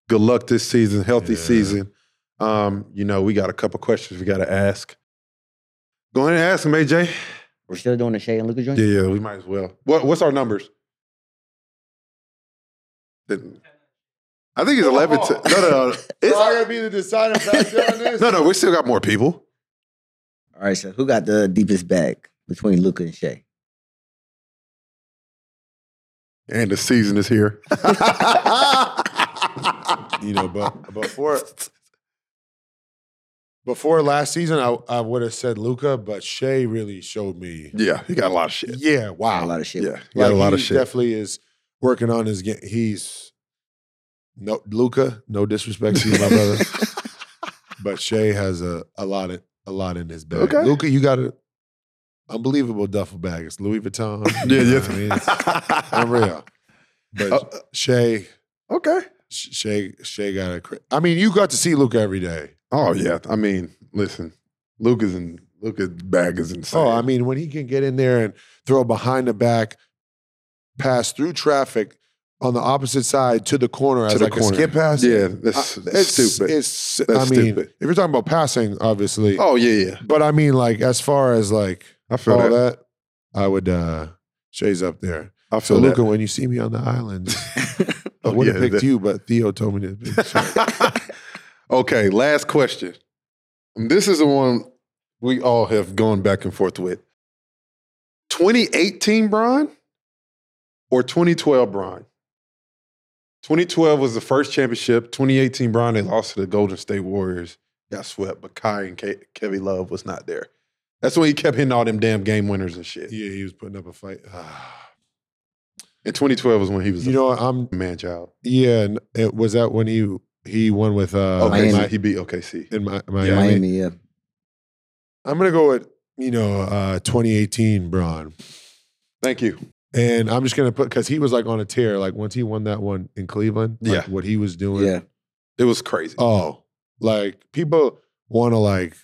Speaker 1: good luck this season, healthy
Speaker 3: Yeah.
Speaker 1: season. Um, you know, we got a couple questions we got to ask. Go ahead and ask them, AJ.
Speaker 2: We're still doing the Shay and Luca joint.
Speaker 1: Yeah, yeah, we might as well. What, what's our numbers? Didn't- I think it's 11. To, no, no, no. It's-
Speaker 3: gonna be the deciding factor on this.
Speaker 1: no, no, we still got more people.
Speaker 2: All right, so who got the deepest bag between Luca and Shay?
Speaker 1: And the season is here.
Speaker 3: You know, but before before last season, I, I would have said Luca, but Shea really showed me.
Speaker 1: yeah, he got a lot of shit.
Speaker 3: Yeah,
Speaker 2: A
Speaker 3: wow.
Speaker 2: lot of shit.
Speaker 1: Yeah, he got a
Speaker 3: Like,
Speaker 1: lot of
Speaker 3: he
Speaker 1: shit.
Speaker 3: Definitely is working on his game. He's no Luca. No disrespect to you, my brother, but Shea has a a lot of a lot in his bag.
Speaker 1: Okay.
Speaker 3: Luca, you got to unbelievable duffel bag. It's Louis Vuitton.
Speaker 1: Yeah,
Speaker 3: You know
Speaker 1: yeah.
Speaker 3: what I mean, it's unreal. But
Speaker 1: Uh,
Speaker 3: Shay,
Speaker 1: okay.
Speaker 3: Sh- Shay, Shay got a. cra- I mean, you got to see Luca every day.
Speaker 1: Oh yeah. I mean, listen, Luca's in Luca's bag is insane.
Speaker 3: Oh, I mean, when he can get in there and throw behind the back, pass through traffic on the opposite side to the corner
Speaker 1: To
Speaker 3: as
Speaker 1: the
Speaker 3: like
Speaker 1: corner.
Speaker 3: a skip pass.
Speaker 1: yeah, that's,
Speaker 3: Uh,
Speaker 1: that's
Speaker 3: it's-
Speaker 1: stupid.
Speaker 3: It's,
Speaker 1: That's
Speaker 3: I mean,
Speaker 1: stupid.
Speaker 3: if you're talking about passing, obviously.
Speaker 1: oh yeah, yeah.
Speaker 3: But I mean, like as far as like
Speaker 1: I feel that.
Speaker 3: all that, I would uh Shay's up there.
Speaker 1: I
Speaker 3: So
Speaker 1: feel that.
Speaker 3: Luca, when you see me on the island, I
Speaker 1: Oh,
Speaker 3: would have
Speaker 1: yeah,
Speaker 3: picked
Speaker 1: that-
Speaker 3: you, but Theo told me to. Pick Shay.
Speaker 1: okay, last question. This is the one we all have gone back and forth with. 2018 Bron or 2012 Bron? 2012 was the first championship. 2018 Bron, they lost to the Golden State Warriors, got swept, but Kai and Ke- Kevin Love was not there. That's when he kept hitting all them damn game winners and shit.
Speaker 3: yeah, he was putting up a fight. Ah.
Speaker 1: And 2012 was when he was
Speaker 3: you
Speaker 1: a
Speaker 3: know, I'm.
Speaker 1: man child.
Speaker 3: Yeah, and it was that when he he won with uh
Speaker 1: Okay, so
Speaker 3: Mi-
Speaker 1: he beat OKC.
Speaker 3: in my, Miami.
Speaker 2: Yeah, Miami, yeah.
Speaker 3: I'm gonna go with you know uh 2018 Braun,
Speaker 1: Thank you.
Speaker 3: and I'm just gonna put because he was like on a tear. Like once he won that one in Cleveland, like,
Speaker 1: Yeah.
Speaker 3: what he was doing.
Speaker 2: Yeah.
Speaker 1: It was crazy.
Speaker 3: Oh, like people want to like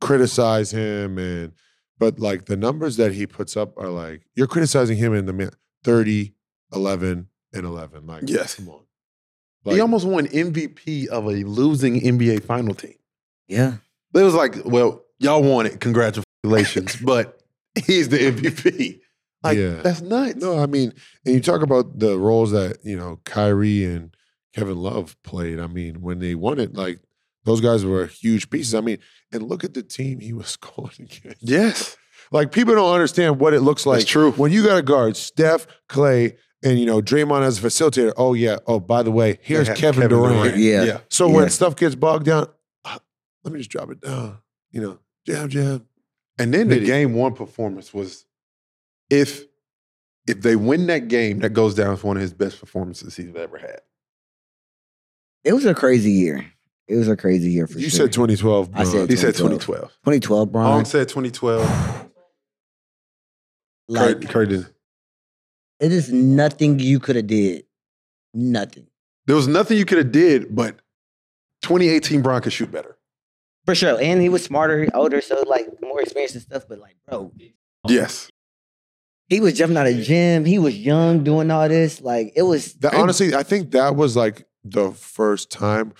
Speaker 3: criticize him and but like the numbers that he puts up are like you're criticizing him in the min- 30 11 and 11 like
Speaker 1: Yes.
Speaker 3: come on
Speaker 1: he
Speaker 3: Like,
Speaker 1: almost won MVP of a losing NBA final team.
Speaker 2: Yeah.
Speaker 1: It was like, well, y'all won it. Congratulations. but he's the MVP. Like,
Speaker 3: Yeah.
Speaker 1: that's nuts.
Speaker 3: No, I mean, and you talk about the roles that you know Kyrie and Kevin Love played. I mean, when they won it, like those guys were huge pieces. I mean, and look at the team he was scoring against.
Speaker 1: Yes.
Speaker 3: Like people don't understand what it looks like.
Speaker 1: That's true.
Speaker 3: When you got a guard, Steph, Clay, and you know Draymond as a facilitator. Oh yeah. Oh by the way, here's
Speaker 1: They had
Speaker 3: Kevin, Durant.
Speaker 2: Yeah.
Speaker 3: So when
Speaker 2: Yeah.
Speaker 3: stuff gets bogged down, ah, let me just drop it down. You know, jab jab.
Speaker 1: And then the
Speaker 3: Did he?
Speaker 1: game one performance was if if they win that game, that goes down as one of his best performances he's ever had.
Speaker 2: It was a crazy year. It was a crazy year for
Speaker 3: you
Speaker 2: sure.
Speaker 3: said 2012.
Speaker 2: I
Speaker 3: Bro.
Speaker 2: said
Speaker 1: He said
Speaker 2: 2012.
Speaker 1: 2012.
Speaker 2: 2012, Bron.
Speaker 1: Hong said 2012.
Speaker 2: like
Speaker 1: Curry, Curry didn't.
Speaker 2: it is nothing you could have did. Nothing.
Speaker 1: There was nothing you could have did, but 2018 Bron could shoot better.
Speaker 2: For sure. And he was smarter, older, so like more experience and stuff. But like, bro,
Speaker 1: Yes.
Speaker 2: he was jumping out of the gym. He was young doing all this. Like it was
Speaker 3: That,
Speaker 1: And-
Speaker 3: honestly, I think that was like the first time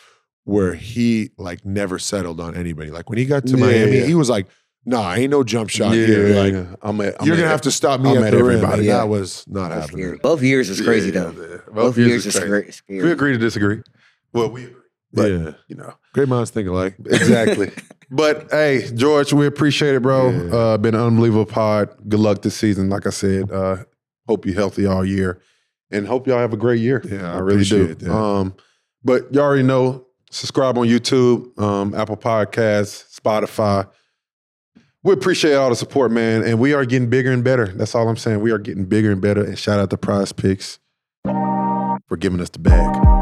Speaker 3: where he like never settled on anybody. Like when he got to
Speaker 1: Yeah,
Speaker 3: Miami,
Speaker 1: yeah.
Speaker 3: he was like, "Nah, ain't no jump shot
Speaker 1: yeah,
Speaker 3: here.
Speaker 1: yeah,
Speaker 3: Like
Speaker 1: yeah. I'm at, I'm
Speaker 3: you're
Speaker 1: at-
Speaker 3: gonna have to stop me
Speaker 1: I'm
Speaker 3: at
Speaker 1: at
Speaker 3: the rim."
Speaker 1: everybody.
Speaker 3: And
Speaker 2: Yeah.
Speaker 3: That was not
Speaker 2: was
Speaker 3: happening.
Speaker 2: scary. Both years was crazy
Speaker 1: Yeah,
Speaker 2: though.
Speaker 1: yeah, yeah. Both,
Speaker 2: Both, years,
Speaker 1: years,
Speaker 2: was
Speaker 1: is crazy.
Speaker 2: scary. scary.
Speaker 1: We agree to disagree. Well, we agree. But,
Speaker 3: yeah,
Speaker 1: you know,
Speaker 3: great minds think alike.
Speaker 1: exactly. but hey, George, we appreciate it, bro.
Speaker 3: Yeah.
Speaker 1: Uh, been an unbelievable pod. Good luck this season. Like I said, uh, hope you're healthy all year and hope y'all have a great year.
Speaker 3: Yeah, I
Speaker 1: I, really do.
Speaker 3: appreciate that.
Speaker 1: Um, but you already know, subscribe on YouTube, um, Apple Podcasts, Spotify. We appreciate all the support, man. And we are getting bigger and better. That's all I'm saying. We are getting bigger and better. And shout out to Prize Picks for giving us the bag.